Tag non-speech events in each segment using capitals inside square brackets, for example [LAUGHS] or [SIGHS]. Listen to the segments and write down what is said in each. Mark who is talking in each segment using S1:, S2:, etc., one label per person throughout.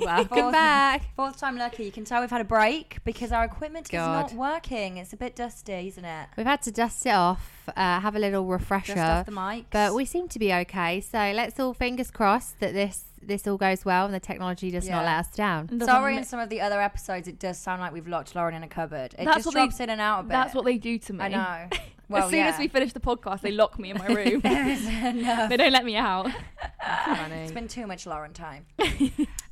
S1: Welcome
S2: Fourth-
S1: back.
S2: Fourth time lucky. You can tell we've had a break because our equipment
S1: God.
S2: is not working. It's a bit dusty, isn't it?
S1: We've had to dust it off, uh, have a little refresher,
S2: Dust off the mics.
S1: but we seem to be okay. So let's all fingers crossed that this this all goes well and the technology does not
S2: Yeah.
S1: let us down.
S3: And doesn't
S2: Sorry,
S3: ma-
S2: in some of the other episodes, it does sound like we've locked Lauren in a cupboard. It
S3: That's
S2: just
S3: what they-
S2: drops in and out a bit.
S3: That's what they do to me.
S2: I know.
S1: [LAUGHS]
S2: Well,
S3: as soon as
S2: yeah.
S3: we finish the podcast, they lock me in
S2: [LAUGHS]
S3: my room.
S2: There is enough.
S3: they don't let me out.
S2: It's been too much Lauren time.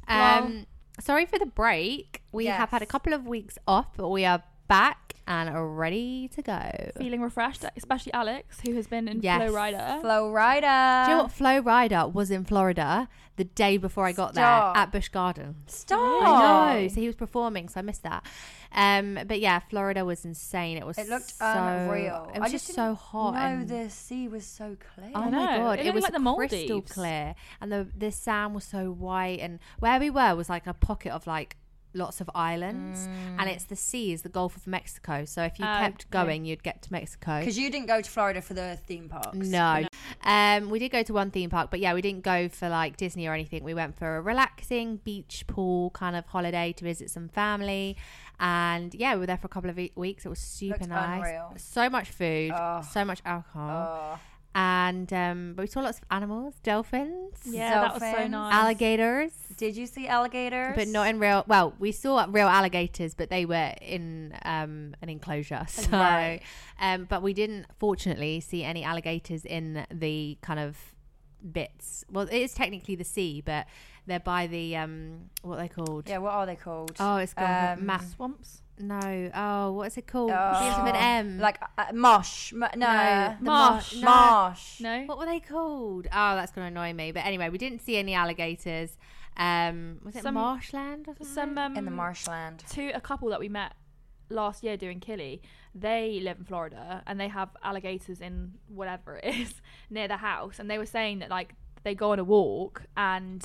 S1: Um, sorry for the break. We have had a
S2: Yes.
S1: couple of weeks off, but we are back and are ready to go. Do
S3: Feeling refreshed, especially Alex, who has been in
S1: Yes.
S3: Flow Rider.
S2: Flow Rider.
S1: you know what? Flo Rider was in Florida the day before I got
S2: Stop.
S1: there at Busch Gardens.
S2: Stop.
S1: I know. So he was performing, so I missed that. Um, but yeah, Florida was insane. It was.
S2: It looked
S1: so,
S2: unreal.
S1: It was
S2: I
S1: just,
S2: just
S1: so
S2: didn't
S1: hot.
S2: No,
S1: and-
S2: the sea was so clear.
S1: Oh
S3: I
S1: my
S3: know.
S1: god,
S3: It
S1: it,
S3: looked
S1: was
S3: like the
S1: crystal
S3: Maldives.
S1: clear, and the the sand was so white, and where we were was like a pocket of like lots of islands, and it's the sea is the Gulf of Mexico. So if you
S3: Ah, Mm.
S1: kept
S3: okay.
S1: going, you'd get to Mexico.
S2: Because you didn't go to Florida for the theme parks.
S1: No. Um, we did go to one theme park, but yeah, we didn't go for like Disney or anything. We went for a relaxing beach pool kind of holiday to visit some family. And yeah, we were there for a couple of e- weeks. It was super
S2: Looked
S1: nice.
S2: unreal.
S1: So much food,
S2: Oh.
S1: so much alcohol.
S2: Oh.
S1: And um, but we saw lots of animals, dolphins,
S3: Yeah, that was so
S2: Dolphins.
S3: nice.
S1: alligators,
S2: Did you see alligators?
S1: but not in real. Well, we saw real alligators, but they were in um, an enclosure. [LAUGHS] So,
S2: Right.
S1: um, but we didn't, fortunately, see any alligators in the kind of bits. Well, it is technically the sea, but they're by the um, what are they called?
S2: Yeah, what are they called?
S1: Oh, it's called
S2: Um,
S1: ma-
S3: Swamps.
S1: no. Oh, what's it called?
S2: Oh.
S1: Begins with an M.
S2: Like uh, mosh. M- no.
S1: No.
S2: The
S3: Marsh.
S1: No.
S2: Marsh.
S3: No.
S1: what were they called? Oh, that's gonna annoy me. But anyway, we didn't see any alligators. Um, was it
S3: Some-
S1: marshland or something?
S3: Some um,
S2: In the marshland.
S3: two a couple that we met last year doing Killy, they live in Florida and they have alligators in whatever it [LAUGHS] is near their house, and they were saying that like they go on a walk and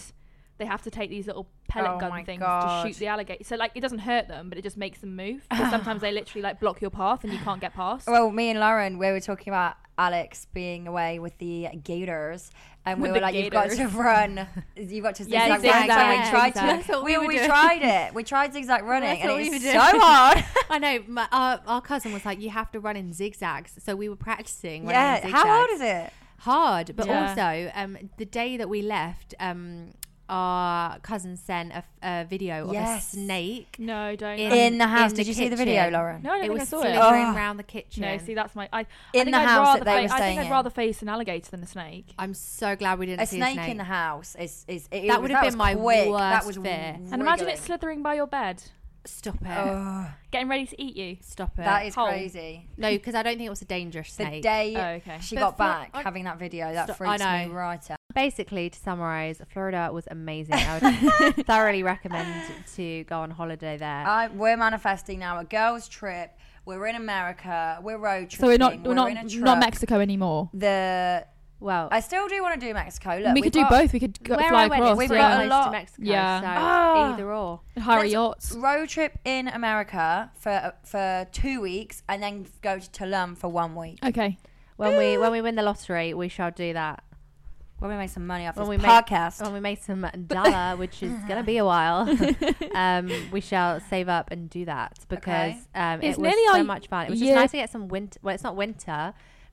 S3: they have to take these little pellet
S2: Oh my
S3: gun things
S2: God.
S3: to shoot the alligator. So like it doesn't hurt them, but it just makes them
S2: [LAUGHS]
S3: move. 'Cause sometimes they literally like block your path and you can't get past.
S2: Well, me and Lauren, we were talking about Alex being away with the gators, and we
S3: With
S2: were
S3: the
S2: like, "You've got to
S3: gators."
S1: [LAUGHS]
S2: run. You've got to zigzag
S3: Yeah,
S2: run."
S3: zigzag,
S2: So
S3: yeah,
S2: we tried
S1: zigzag. That's
S2: to.
S1: what
S2: [LAUGHS] We,
S1: we were
S2: we
S1: doing.
S2: tried it. We tried zigzag running,
S1: That's
S2: and
S1: what
S2: it
S1: we
S2: was
S1: were
S2: so
S1: doing. [LAUGHS]
S2: hard. [LAUGHS]
S1: I know. My, our, our cousin was like, "You have to run in zigzags." So we were practicing. Running
S2: yeah.
S1: in
S2: How hard
S1: zigzags.
S2: is it?
S1: Hard, but
S3: Yeah.
S1: also um, the day that we left, um, our cousin sent a, a video of
S2: Yes.
S1: a snake
S3: no, don't.
S1: in,
S2: In the house.
S1: in
S2: Did you see the video,
S1: kitchen.
S2: Lauren?
S3: No, I don't
S1: it
S3: think
S1: was
S3: I saw it.
S1: slithering
S2: Oh.
S1: around the kitchen.
S3: no, see that's my. I, I
S2: In
S3: think
S2: the
S3: I'd
S2: house
S3: rather
S2: that they were
S3: face- I
S2: staying
S3: think
S2: in.
S3: I'd rather face an alligator than a snake.
S1: I'm so glad we didn't
S2: A
S1: see
S2: snake,
S1: a snake
S2: in the house is is it, was-
S1: That would have
S2: was
S1: been my
S2: quick. That
S1: worst
S2: was
S1: fear.
S2: wriggling.
S3: And imagine it slithering by your bed,
S1: Stop it!
S2: Oh,
S3: getting ready to eat you.
S1: Stop it!
S2: that is
S3: Hole.
S2: crazy.
S1: no, because I don't think it was a dangerous
S2: The
S1: snake.
S2: day
S3: Oh, okay.
S2: she
S1: But
S2: got
S1: for-
S2: back,
S1: I-
S2: having that video, that
S1: Stop-
S2: freaks
S1: I
S2: me
S1: know.
S2: right out.
S1: Basically, to summarize, Florida was amazing. I
S2: [LAUGHS]
S1: would thoroughly recommend to go on holiday there.
S2: I, we're manifesting now a girls' trip. We're in America. We're road tripping.
S3: So we're not we're,
S2: in a
S3: not
S2: truck.
S3: not Mexico anymore.
S2: The
S1: well,
S2: I still do want to do Mexico. Look,
S3: we
S2: we've
S3: could do
S2: got
S3: both. We could go,
S1: where
S3: fly
S1: I went,
S3: across.
S1: it's
S2: We've
S1: so
S2: got a
S1: close
S2: lot-
S1: to Mexico,
S3: Yeah.
S1: so
S2: Ah.
S1: either or.
S3: hire
S2: Let's-
S3: yachts.
S2: Road trip in America for uh, for two weeks, and then go to Tulum for one week.
S3: Okay.
S1: When we when we win the lottery, we shall do that.
S2: When we make some money off
S1: When
S2: this
S1: we make-
S2: podcast,
S1: When we make
S2: [LAUGHS]
S1: some dollar, which is gonna be a while, um, we shall save up and do that because um,
S3: It's
S1: it was
S3: nearly
S1: so
S3: our
S1: much fun. It was just
S3: year-
S1: nice to get some winter. Well, it's not winter,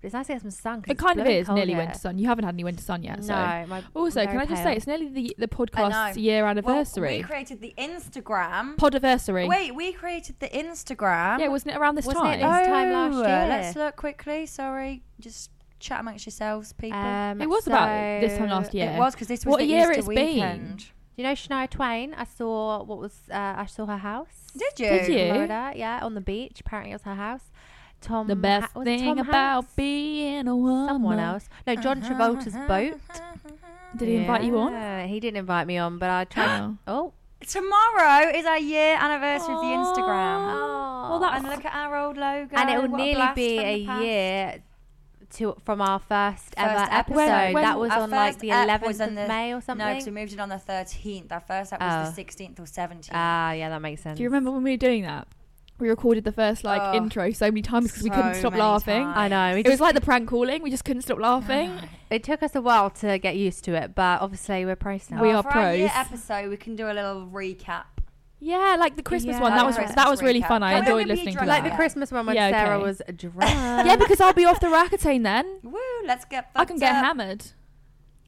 S1: but it's nice to get some sun. 'cause
S3: It
S1: it's
S3: kind of
S1: bloody
S3: is
S1: cold
S3: nearly
S1: here.
S3: winter sun. You haven't had any winter sun yet. So.
S1: No, my,
S3: Also,
S1: I'm
S3: can
S1: very
S3: I just
S1: pale.
S3: say it's nearly the the
S2: I
S3: podcast's
S2: know.
S3: year
S2: Well,
S3: anniversary.
S2: we created the Instagram.
S3: Podiversary.
S2: Wait, we created the Instagram.
S3: Yeah, wasn't it around this
S1: Wasn't
S3: time?
S1: it this time last
S2: Oh,
S1: year.
S2: Let's look quickly. Sorry, just chat amongst yourselves, people.
S1: Um,
S3: It was about this time last
S1: so-
S3: year.
S2: It was because this was
S3: What
S2: the
S3: a year
S2: Easter
S3: it's been.
S2: weekend.
S1: You know Shania Twain? I saw what was uh, I saw her house.
S2: Did you?
S3: Did you?
S2: [LAUGHS]
S1: in Florida, yeah, on the beach. Apparently, it was her house. Tom,
S3: the best
S1: Ha- was it
S3: thing
S1: Tom
S3: about
S1: Hanks?
S3: being a woman.
S1: someone else. No, John Travolta's boat.
S3: Did he invite you on?
S1: Yeah, He didn't invite me on, but I tried.
S3: [GASPS] Oh.
S1: oh,
S2: [LAUGHS] Tomorrow is our year anniversary of the Instagram.
S1: well,
S3: Well, that-
S2: And look at our old logo.
S1: and Oh. it will
S2: What a
S1: nearly
S2: blast
S1: be
S2: from the
S1: a
S2: past.
S1: year to from our first, ever
S2: First
S1: episode.
S2: episode.
S3: When-
S1: that was
S2: Our
S1: on like
S2: first
S1: the
S2: ep
S1: 11th
S2: was on
S1: of
S2: the-
S1: May or
S2: No, because we
S1: something.
S2: moved it on the 13th. Our first app was
S1: Oh.
S2: the 16th or 17th.
S1: Ah, yeah, that makes sense.
S3: Do you remember when we were doing that? we recorded the first like
S2: Oh,
S3: intro so many times because we
S2: so
S3: couldn't stop
S2: many
S3: laughing.
S2: times.
S1: I know. We
S3: It was like the prank calling. We just couldn't stop laughing.
S1: It took us a while to get used to it, but obviously we're pros now.
S3: We
S2: Oh,
S3: are
S2: for our year
S3: pros.
S2: episode, we can do a little recap.
S3: yeah, like the Christmas
S1: Yeah.
S3: one. That was
S1: Christmas
S3: that was really
S2: recap.
S3: fun. I
S2: Can we
S3: enjoyed
S2: only be
S3: listening to
S2: drunk?
S3: that.
S1: like the Christmas one when
S3: Yeah,
S1: Sarah
S3: okay. [LAUGHS]
S1: was drunk.
S3: yeah, because I'll be off the Rakuten then.
S2: Woo, let's get
S3: I can
S2: fucked
S3: get
S2: up.
S3: hammered.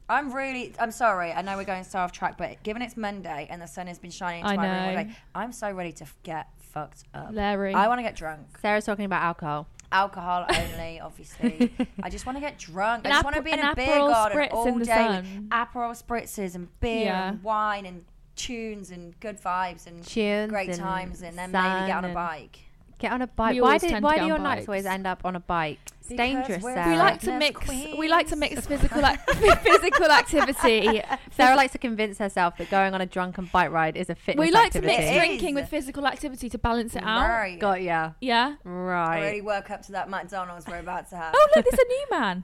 S2: I'm really, I'm sorry. I know we're going so off track, but given it's Monday and the sun has been shining into
S3: I
S2: my room all
S3: know.
S2: day, I'm so ready to f- get fucked up.
S3: Larry.
S2: I want to get drunk.
S1: Sarah's talking about alcohol.
S3: [LAUGHS]
S2: Alcohol only, obviously. I just want to get drunk. I
S3: An
S2: just want to
S3: apple-
S2: be in
S3: an
S2: a beer
S3: Aperol
S2: garden
S3: spritz
S2: all
S3: in the
S2: day
S3: sun.
S2: with Aperol spritzes and beer
S3: Yeah.
S2: and wine and tunes and good vibes and
S1: Tunes
S2: great
S1: and
S2: times and then maybe get
S1: sun
S2: on a
S1: and-
S2: bike.
S1: Get on a bike.
S3: We
S1: why
S3: always
S1: did
S3: tend to
S1: why
S3: get
S1: do
S3: on
S1: your nights
S3: bikes.
S1: always end up on a bike? It's
S2: Because
S1: dangerous,
S2: we're-
S1: Sarah.
S3: we like to
S2: Fitness
S3: mix. We like to
S2: queens.
S3: mix physical ac- [LAUGHS]
S2: [LAUGHS]
S3: physical activity.
S1: Sarah likes to convince herself that going on a drunken bike ride is a fitness
S3: we like
S1: activity.
S3: to mix
S2: It
S3: drinking
S2: is.
S3: with physical activity to balance it out.
S2: Right.
S1: Got yeah.
S3: Yeah.
S2: I
S1: Right.
S2: really work up to that McDonald's we're about
S3: [LAUGHS]
S2: to have.
S3: Oh look, there's a new man.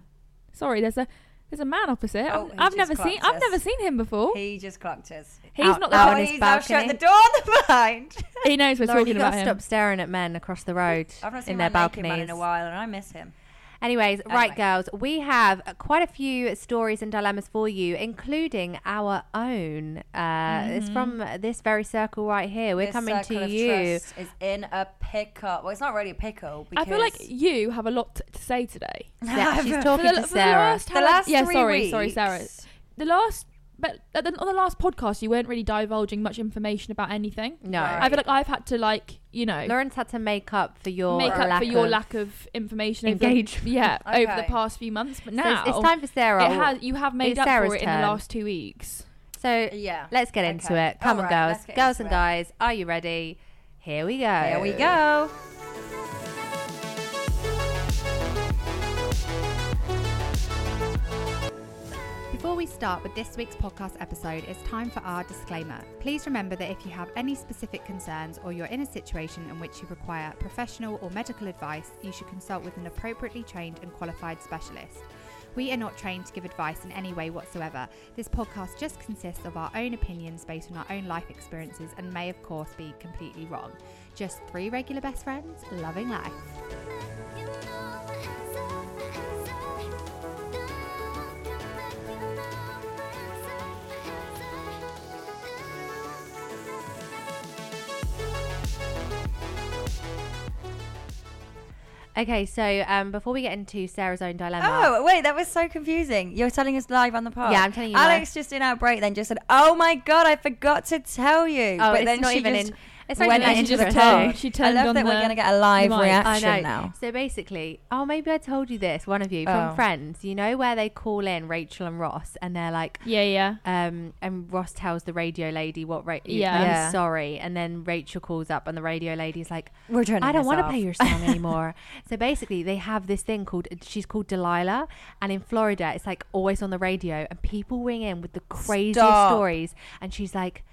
S3: Sorry, there's a there's a man opposite.
S2: Oh,
S3: I've-
S2: he
S3: I've
S2: just
S3: never seen
S2: clocked
S3: I've
S2: us.
S3: never seen him before.
S1: Oh.
S2: He just clocked us.
S3: He's
S1: Out-
S3: not the
S1: out on
S3: one.
S1: his
S2: Please, I'll shut
S1: balcony.
S2: the door on the behind.
S3: He knows we're
S1: Lauren,
S3: talking
S1: you
S3: about
S1: gotta
S3: him.
S1: stop staring at men across the road
S2: [LAUGHS] I've not seen
S1: in
S2: my
S1: their
S2: naked man
S1: balconies.
S2: in a while, and I miss him.
S1: Anyways, right,
S2: Anyway.
S1: girls, we have uh, quite a few stories and dilemmas for you, including our own. Uh, It's from this very circle right here. We're
S2: Mm-hmm. This
S1: coming
S2: circle
S1: to
S2: of
S1: you.
S2: trust is in a pickle. Well, it's not really a pickle
S3: I
S2: because
S3: feel like you have a lot to say today.
S1: [LAUGHS]
S2: [LAUGHS]
S1: Yeah, she's
S3: For
S1: talking
S3: the,
S1: to
S3: for
S1: Sarah.
S3: The last,
S2: The
S3: how-
S2: last
S3: yeah,
S2: three
S3: sorry, sorry,
S2: weeks.
S3: Sarah. The last, but at the, on the last podcast, you weren't really divulging much information about anything.
S1: no,
S2: Right.
S3: I feel like I've had to like you know
S1: Lauren's had to make up for your
S3: make up
S1: lack
S3: for your
S1: of
S3: lack of information over the-
S1: engagement. [LAUGHS]
S3: yeah, over the
S2: Okay.
S3: past few months. But
S1: So it's-
S3: now
S1: it's, time for Sarah.
S3: it has you have made
S1: it's
S3: up
S1: Sarah's
S3: for it in
S1: turn.
S3: the last two weeks.
S1: so
S2: yeah.
S1: let's get
S2: Okay.
S1: into it. Come
S2: All
S1: on,
S2: right,
S1: girls,
S2: let's get
S1: girls
S2: into
S1: and
S2: it.
S1: guys, are you ready? Here we go.
S2: Here we go.
S4: Before we start with this week's podcast episode, it's time for our disclaimer. Please remember that if you have any specific concerns or you're in a situation in which you require professional or medical advice, you should consult with an appropriately trained and qualified specialist. We are not trained to give advice in any way whatsoever. This podcast just consists of our own opinions based on our own life experiences and may, of course, be completely wrong. Just three regular best friends loving life.
S1: Okay, so um, before we get into Sarah's own dilemma,
S2: Oh wait, that was so confusing. You're telling us live on the pod.
S1: Yeah, I'm telling you
S2: Alex just in our break then just said, "Oh my god, I forgot to tell you."
S1: Oh,
S2: but
S1: it's
S2: then
S1: not
S2: she
S1: even
S2: just
S1: in. It's not
S2: went
S1: even
S3: she
S2: into the
S3: just
S1: intro.
S2: pod.
S3: turned- she
S2: I
S3: turned
S2: love
S3: on
S2: that we're
S3: the-
S2: gonna get a live
S3: the mic.
S1: I
S2: reaction
S1: know.
S2: now.
S1: So basically, oh, maybe I told you this. One of you
S2: Oh.
S1: from Friends, you know where they call in Rachel and Ross, and they're like,
S3: Yeah, yeah.
S1: um, and Ross tells the radio lady what rate.
S3: Yeah.
S1: I'm
S2: Yeah.
S1: sorry. And then Rachel calls up, and the radio lady's like,
S2: We're turning.
S1: I don't
S2: this
S1: want to
S2: off.
S1: play your song anymore.
S2: [LAUGHS]
S1: so basically, they have this thing called she's called Delilah, and in Florida, it's like always on the radio, and people ring in with the craziest
S2: Stop.
S1: stories, and she's like,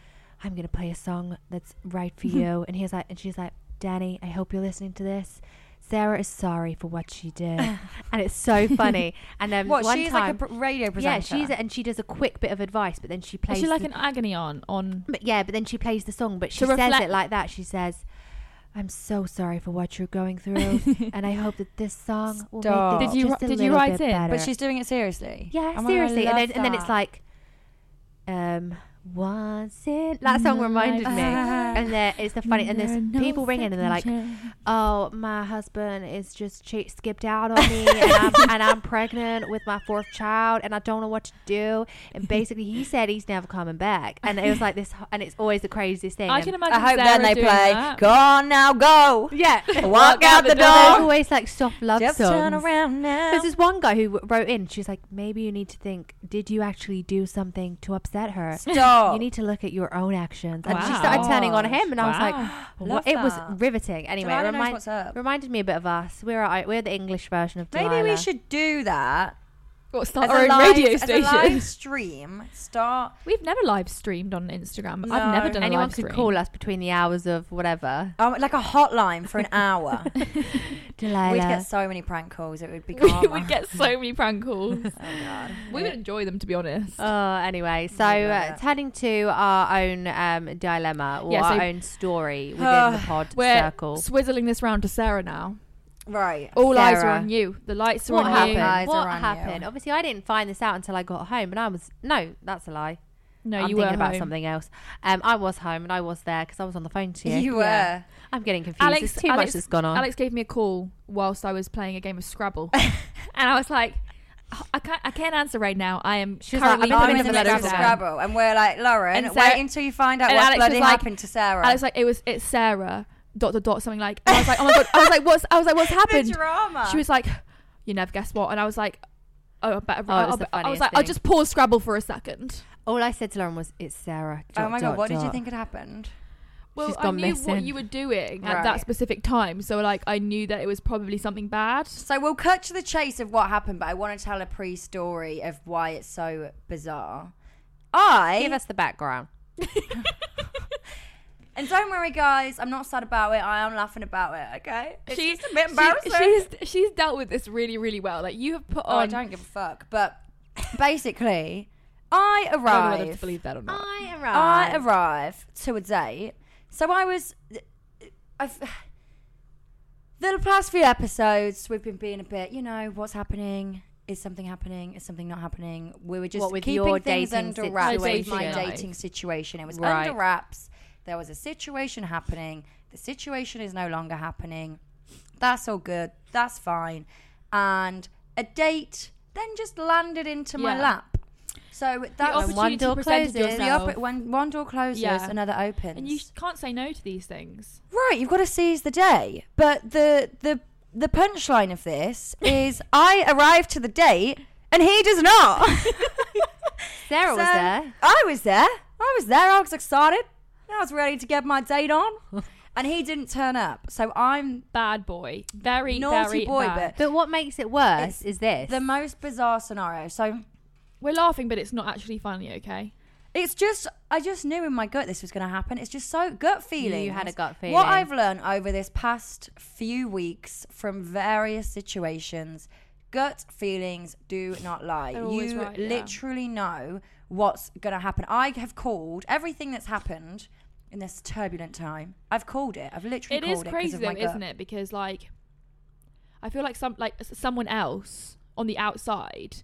S1: "I'm gonna play a song that's right
S2: [LAUGHS]
S1: for you," and he's like, and she's like, "Danny, I hope you're listening to this." Sarah is sorry for what
S2: [LAUGHS]
S1: she did, and it's so funny. And um,
S2: What?
S1: one
S2: She's
S1: time,
S2: like a pr- radio
S1: yeah,
S2: presenter.
S1: she's and she does a quick bit of advice, but then she plays
S3: Is she like
S1: the-
S3: an agony aunt on?
S1: but yeah, but then she plays the song, but she says
S3: reflect-
S1: it like that. She says, "I'm so sorry for what you're going through, and I hope that this song will
S2: Stop.
S1: make things
S3: Did you
S1: just a
S3: wri- did you
S1: little
S3: write
S1: bit
S3: in? But
S1: better."
S2: But she's doing it seriously.
S1: yeah,
S2: Oh my God, I
S1: seriously, and
S2: love
S1: then, and then
S2: that.
S1: it's like, um, once in that song
S3: My
S1: reminded me,
S3: life.
S1: and there it's the funny, and there's
S3: There are no
S1: people ringing and they're like,
S3: second chance.
S1: "Oh, my husband is just che- skipped out on me,
S2: [LAUGHS]
S1: and I'm, and I'm pregnant with my fourth child, and I don't know what to do." And basically, he said he's never coming back, and it was like this, and it's always the craziest thing.
S3: I
S1: and-
S3: can imagine.
S2: I hope
S3: Sarah
S2: then they
S3: doing
S2: play
S3: That.
S2: "Go on now, [LAUGHS] go."
S1: [LAUGHS] Yeah.
S2: Walk out the
S1: There's
S2: door.
S1: always like soft love
S2: Just
S1: songs.
S2: turn around now.
S1: There's this one guy who w- wrote in. She's like, maybe you need to think, did you actually do something to upset her?
S2: Stop.
S1: You need to look at your own actions. And she
S3: Oh. Wow.
S1: started turning on him, and I was
S3: Wow.
S1: like,
S2: Love
S1: what? it was
S2: that.
S1: riveting. Anyway, it
S2: Delilah knows
S1: remind-
S2: what's up.
S1: reminded me a bit of us. We're our, we're the English version of Delilah.
S2: Maybe we should do that
S3: Got start
S2: As
S3: our
S2: a,
S3: own
S2: live,
S3: radio
S2: as a live
S3: station. [LAUGHS]
S2: stream, start.
S3: We've never live streamed on Instagram.
S2: No.
S3: I've never done a
S1: Anyone
S3: live
S1: could
S3: stream.
S1: call us between the hours of whatever.
S2: Um, like a hotline [LAUGHS] for an hour. We'd get
S1: Delilah.
S2: so many prank calls. It [LAUGHS]
S1: [LAUGHS]
S2: would be
S3: We
S2: karma.
S3: would get so many prank calls.
S2: Oh god.
S3: [LAUGHS] we would enjoy them, to be honest.
S1: Oh, anyway, so
S2: love
S1: uh,
S2: it.
S1: turning to our own um, dilemma or
S3: Yeah, so-
S1: our own story within
S3: [SIGHS]
S1: the pod
S3: We're
S1: circle.
S3: swizzling this round to Sarah now.
S2: Right.
S3: All eyes are
S1: Sarah.
S3: on you. The lights are
S1: what
S3: on
S1: happened?
S3: you.
S2: Eyes
S1: what
S2: are on you.
S1: happened? Obviously, I didn't find this out until I got home, and I was no, that's a lie.
S3: No,
S1: I'm
S3: you were
S1: thinking about
S3: home.
S1: something else. Um, I was home and I was there because I was on the phone to you.
S2: You were.
S1: Yeah. I'm getting confused.
S3: Alex-
S1: There's too much
S3: Alex-
S1: that's gone on.
S3: Alex gave me a call whilst I was playing a game of
S1: [LAUGHS]
S3: Scrabble, and I was like, "Oh, I can't, I can't answer right now. I am
S1: She was like,
S3: currently
S1: I'm
S2: I'm
S3: putting
S2: in the
S1: putting
S3: the
S2: middle
S1: another
S3: letters
S2: of
S1: letter
S3: down.
S2: Scrabble, and we're like, Lauren,
S3: And Sarah-
S2: wait until you find out
S3: and
S2: what
S3: Alex
S2: bloody
S3: was like-
S2: happened to Sarah.
S3: I was like, it was it's Sarah dot dot dot something like. And I was like,
S1: [LAUGHS]
S3: oh my god. I was like, what's I was like, what's
S2: [LAUGHS] The
S3: happened?
S2: drama.
S3: She was like, you never guess what. And I was like, oh, I better.
S1: Oh, it was
S3: I'll
S1: the
S3: be- I was
S1: funniest
S3: like, I'll
S1: thing.
S3: just pause Scrabble for a second.
S1: All I said to Lauren was, "It's Sarah."
S2: Oh
S1: dot,
S2: my god,
S1: dot,
S2: what did you
S1: dot."
S2: think had happened?
S3: Well,
S1: She's
S3: I
S1: gone
S3: knew
S1: missing.
S3: what you were doing at
S2: Right.
S3: that specific time, so like I knew that it was probably something
S2: [LAUGHS]
S3: bad.
S2: So we'll cut to the chase of what happened, but I want to tell a pre-story of why it's so bizarre. I
S1: Give us the background.
S2: and don't worry, guys, I'm not sad about it. I am laughing about it. Okay,
S3: [LAUGHS]
S2: it's
S3: She-
S2: just a bit embarrassing.
S3: She, she's she's dealt with this really really well. Like you have put
S2: oh, I
S3: on.
S2: don't give a fuck. But basically, I
S3: I don't know whether to
S2: arrive.
S3: believe that or not.
S1: I
S2: I arrive to a date. So I was. I've, the past few episodes, we've been being a bit, you know, what's happening? Is something happening? Is something not happening? We were just
S1: What with
S2: keeping
S1: your
S2: things
S1: dating
S2: under wraps. With my
S3: situation.
S2: dating situation, it was
S1: Right.
S2: under wraps. There was a situation happening. The situation is no longer happening. That's all good. That's fine. And a date then just landed into my
S3: Yeah.
S2: lap. So that was
S1: opportunity one door
S3: presented
S1: closes,
S2: the
S3: yourself.
S2: opp- when one door closes,
S3: Yeah.
S2: another opens.
S3: and you sh- can't say no to these things.
S2: right, you've got to seize the day. But the the the punchline of
S1: [LAUGHS]
S2: this is, I arrived to the date and he does not.
S1: [LAUGHS] Sarah was
S2: So,
S1: there.
S2: I was there. I was there. I was excited. I was ready to get my date
S1: [LAUGHS]
S2: on, and he didn't turn up. So I'm
S3: Bad boy, very
S2: Naughty
S3: very
S2: boy,
S3: bad.
S1: But what makes it worse
S2: It's
S1: is this.
S2: the most bizarre scenario. So
S3: We're laughing, but it's not actually funny. Okay.
S2: It's just, I just knew in my gut this was going to happen. It's just so gut feeling.
S1: You had a gut feeling.
S2: What I've learned over this past few weeks from various situations, gut feelings do not lie.
S3: They're always
S2: You
S3: right, yeah.
S2: literally know what's going to happen. I have called everything that's happened in this turbulent time. I've called it. I've literally
S3: It
S2: called
S3: is
S2: it. eh, 'cause
S3: crazy
S2: of
S3: though,
S2: my gut.
S3: isn't it? Because like, I feel like some like s- someone else on the outside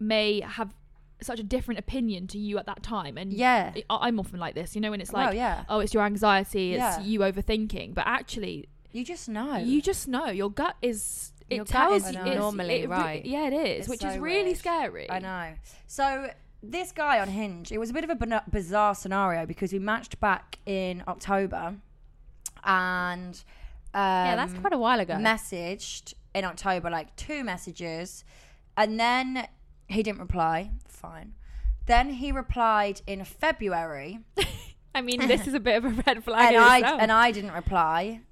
S3: may have such a different opinion to you at that time, and
S2: Yeah.
S3: I- I'm often like this. You know, when it's
S2: Well,
S3: like,
S2: yeah.
S3: oh, it's your anxiety, it's
S2: Yeah.
S3: you overthinking, but actually,
S2: You just know.
S3: you just know your gut is. It
S1: Your gut
S3: tells
S1: is
S3: you
S2: I know.
S1: normally
S3: it re-
S1: right.
S3: Yeah, it is,
S2: It's
S3: which
S2: so
S3: is really
S2: weird.
S3: scary.
S2: I know. So this guy on Hinge, it was a bit of a bana- bizarre scenario because we matched back in October, and um,
S1: yeah, that's quite a while ago.
S2: messaged in October, like two messages, and then he didn't reply. Fine. Then he replied in February,
S3: I mean, this is a bit of a
S2: [LAUGHS]
S3: red flag.
S2: and
S3: in
S2: I
S3: itself.
S2: and I didn't reply,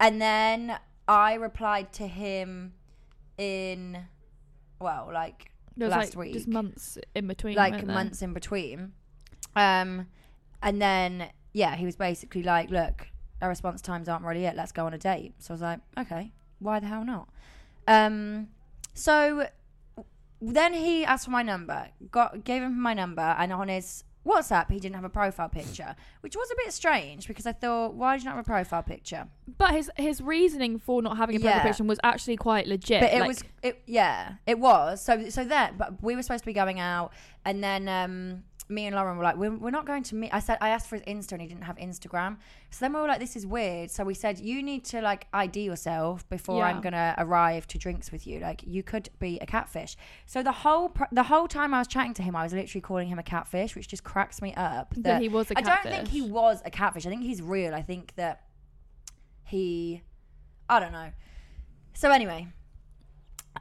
S2: and then I replied to him in, well, like
S3: There was,
S2: last
S3: like,
S2: week,
S3: just months in between,
S2: like
S3: weren't there?
S2: months in between. Um, and then yeah, he was basically like, "Look, our response times aren't really it. Let's go on a date." So I was like, "Okay, why the hell not?" Um, so then he asked for my number, got gave him my number, and on his WhatsApp he didn't have a profile picture, which was a bit strange because I thought, "Why did you not have a profile picture?"
S3: But his his reasoning for not having a
S2: Yeah.
S3: profile picture was actually quite legit.
S2: but it
S3: like,
S2: was it yeah it was so so then but we were supposed to be going out and then um me and Lauren were like we're, we're not going to meet I said I asked for his Insta and he didn't have Instagram so then we were like this is weird so we said you need to like ID yourself before
S3: Yeah.
S2: I'm gonna arrive to drinks with you like you could be a catfish so the whole pr- the whole time I was chatting to him I was literally calling him a catfish which just cracks me up
S3: That he was a
S2: I don't think he
S3: catfish.
S2: was a catfish I think he's real I think that he I don't know so anyway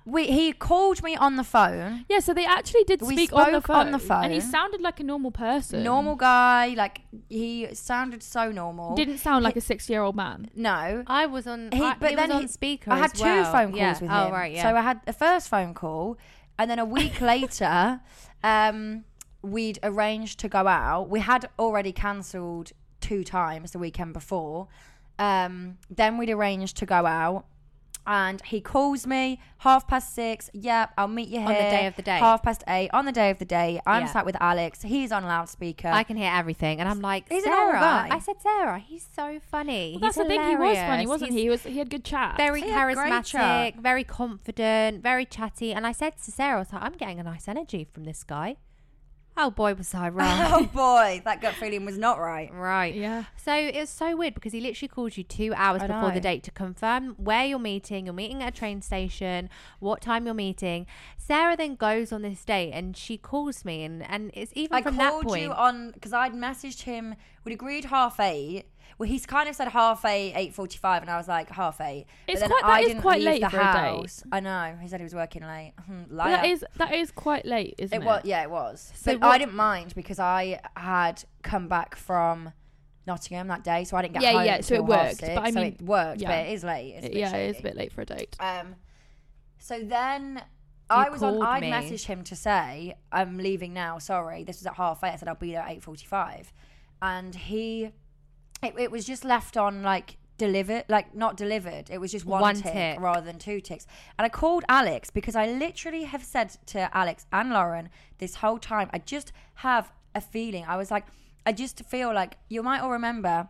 S2: we, he called me on the phone.
S3: yeah. So they actually did
S2: We
S3: speak on the
S2: spoke on
S3: phone,
S2: the
S3: and he
S2: phone.
S3: sounded like a normal person.
S2: Normal guy, like he sounded so normal.
S3: didn't sound like a six year old man.
S2: no.
S1: I was on.
S2: He,
S1: I,
S2: but
S1: he
S2: then
S1: was on
S2: he-
S1: speaker.
S2: I had
S1: as well.
S2: two phone calls
S1: yeah.
S2: with him.
S1: Oh right, yeah.
S2: So I had the first phone call, And then a
S1: [LAUGHS]
S2: week later, um, we'd arranged to go out. We had already cancelled two times the weekend before. Um, then we'd arranged to go out. And he calls me half past six. Yep, I'll meet you here
S1: On the day of the date.
S2: Half past eight on the day of the day. I'm
S1: Yeah.
S2: sat with Alex. He's on loudspeaker.
S1: I can hear everything, and I'm like,
S2: He's an old
S1: Sarah.
S2: guy.
S1: I said, Sarah, he's so funny.
S3: Well, that's
S1: he's
S3: the thing. He was funny,
S1: hilarious.
S3: wasn't
S1: He's
S3: he? He was. He had good chat.
S1: Very
S2: He had great
S1: charismatic,
S2: chat.
S1: very confident, very chatty. And I said to Sarah, I was like, I'm getting a nice energy from this guy. Oh boy,
S3: [LAUGHS]
S1: was I wrong.
S2: [LAUGHS] oh boy, that gut feeling was not
S1: [LAUGHS]
S2: right.
S1: right.
S3: Yeah.
S1: So it was so weird because he literally called you two hours
S2: I
S1: before the
S2: know.
S1: date to confirm where you're meeting. You're meeting at a train station, what time you're meeting. Sarah then goes on this date and she calls me, and, and it's even
S2: I
S1: from that
S2: called
S1: point.
S2: you on because I'd messaged him. We'd agreed half eight. Well, he's kind of said half eight, eight forty-five, and I was like half eight.
S3: It's quite- that is quite late for a date.
S2: I know. He said he was working late. [LAUGHS] Hmm,
S3: But
S2: Liar.
S3: that is that is quite late, isn't
S2: It
S3: it?
S2: was. Yeah, it was.
S3: So
S2: but I
S3: what-
S2: didn't mind because I had come back from Nottingham that day, so I didn't get
S3: Yeah,
S2: home.
S3: yeah, so it
S2: till half
S3: worked,
S2: six,
S3: but I
S2: so
S3: mean-
S2: it worked.
S3: yeah.
S2: But it is late. It's a bit
S3: yeah, it is
S2: shady.
S3: a bit late for a date.
S2: Um, so then I was on.
S1: called
S2: I
S1: me.
S2: messaged him to say I'm leaving now. Sorry, this was at half eight. I said I'll be there at eight forty-five, and he, it, it was just left on like delivered, like not delivered. It was just one,
S1: One
S2: tick,
S1: tick.
S2: rather than two ticks. And I called Alex because I literally have said to Alex and Lauren this whole time. I just have a feeling. I was like, I just feel like you might all remember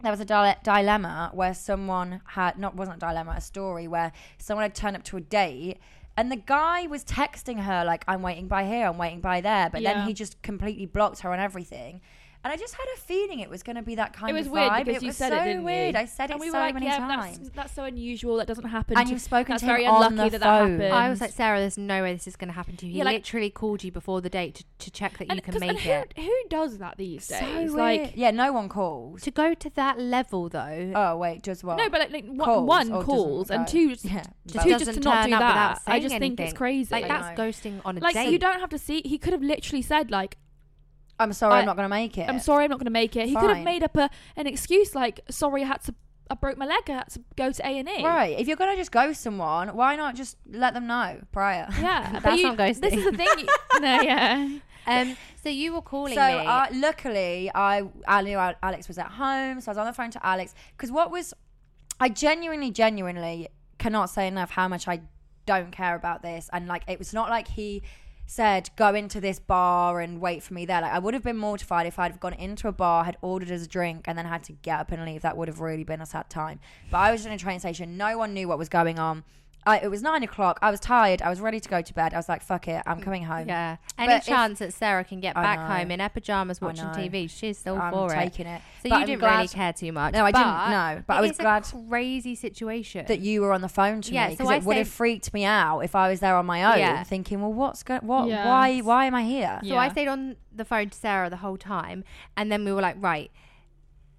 S2: there was a dile- dilemma where someone had not wasn't a dilemma a story where someone had turned up to a date and the guy was texting her like i'm waiting by here i'm waiting by there but
S3: Yeah.
S2: then he just completely blocked her on everything and i just had a feeling it was going to be that kind
S3: it was
S2: of
S3: weird
S2: vibe
S3: because
S2: it
S3: you
S2: was
S3: said
S2: so
S3: it, didn't
S2: weird
S3: you?
S2: i said
S3: and
S2: it
S3: we
S2: so
S3: were like,
S2: many
S3: yeah,
S2: times
S3: That's, that's so unusual. That doesn't happen.
S2: And
S3: to-
S2: you've spoken
S3: that's
S2: to him
S3: very
S2: on
S3: unlucky
S2: the
S3: that that
S2: phone.
S3: happened.
S1: I was like, Sarah, there's no way this is going to happen to you. He
S3: Yeah, like-
S1: literally called you before the date to, to check that
S3: and,
S1: you can
S3: 'cause- and
S1: make
S3: who,
S1: it.
S3: Who does that these
S2: so
S3: days?
S2: weird.
S3: Like,
S2: yeah no one calls
S1: To go to that level, though,
S2: oh wait does what
S3: no, but like, like one-
S2: Calls
S3: one
S2: or doesn't
S3: calls and
S2: go.
S3: two, just,
S2: [LAUGHS] yeah
S3: just [LAUGHS]
S1: just
S3: two
S2: both.
S3: just
S1: doesn't
S3: to not
S1: turn
S3: do
S1: up
S3: that.
S1: without saying
S3: I just think it's
S1: anything.
S3: crazy.
S1: like
S2: I
S1: that's ghosting on a
S3: Like,
S1: date.
S3: you don't have to see. He could have literally said like,
S2: i'm sorry I,
S3: I-
S2: am not going to make it
S3: "I'm sorry, I'm not going to make it." He could have
S2: Fine.
S3: made up a an excuse like, "Sorry, I had to, I broke my leg, I had to go to A and E."
S2: Right. If you're gonna just ghost someone, why not just let them know prior? [LAUGHS]
S3: Yeah, but
S1: That's
S3: you-
S1: not ghosting.
S3: This is the thing. you- no, yeah.
S1: Um,
S2: [LAUGHS]
S1: so you were calling
S2: so
S1: me.
S2: uh, luckily, I I knew Al- Alex was at home, so I was on the phone to Alex. Because what was, I genuinely, genuinely cannot say enough how much I don't care about this, and like it was not like he said go into this bar and wait for me there like i would have been mortified if i'd have gone into a bar had ordered us a drink and then had to get up and leave that would have really been a sad time but i was in a train station no one knew what was going on I, it was nine o'clock i was tired i was ready to go to bed i was like fuck it i'm coming home
S1: Mm. yeah. Any
S2: if-
S1: chance that Sarah can get
S2: I
S1: back
S2: know.
S1: home in her pajamas
S2: I
S1: watching
S2: know.
S1: TV, she's all
S2: i'm
S1: for it.
S2: taking it
S1: So
S2: But
S1: you
S2: I'm
S1: didn't really
S2: glad-
S1: care too much.
S2: No, I didn't,
S1: but
S2: no, but I
S1: it
S2: was
S1: is a
S2: glad-
S1: crazy situation.
S2: that you were on the phone to
S1: Yeah,
S2: me
S1: so
S2: because
S1: I
S2: it would have
S1: saved-
S2: freaked me out if I was there on my own,
S1: Yeah.
S2: thinking, well, what's going? What?
S3: Yeah.
S2: Why? Why am I here?
S1: So I stayed on the phone to Sarah the whole time, and then we were like, right,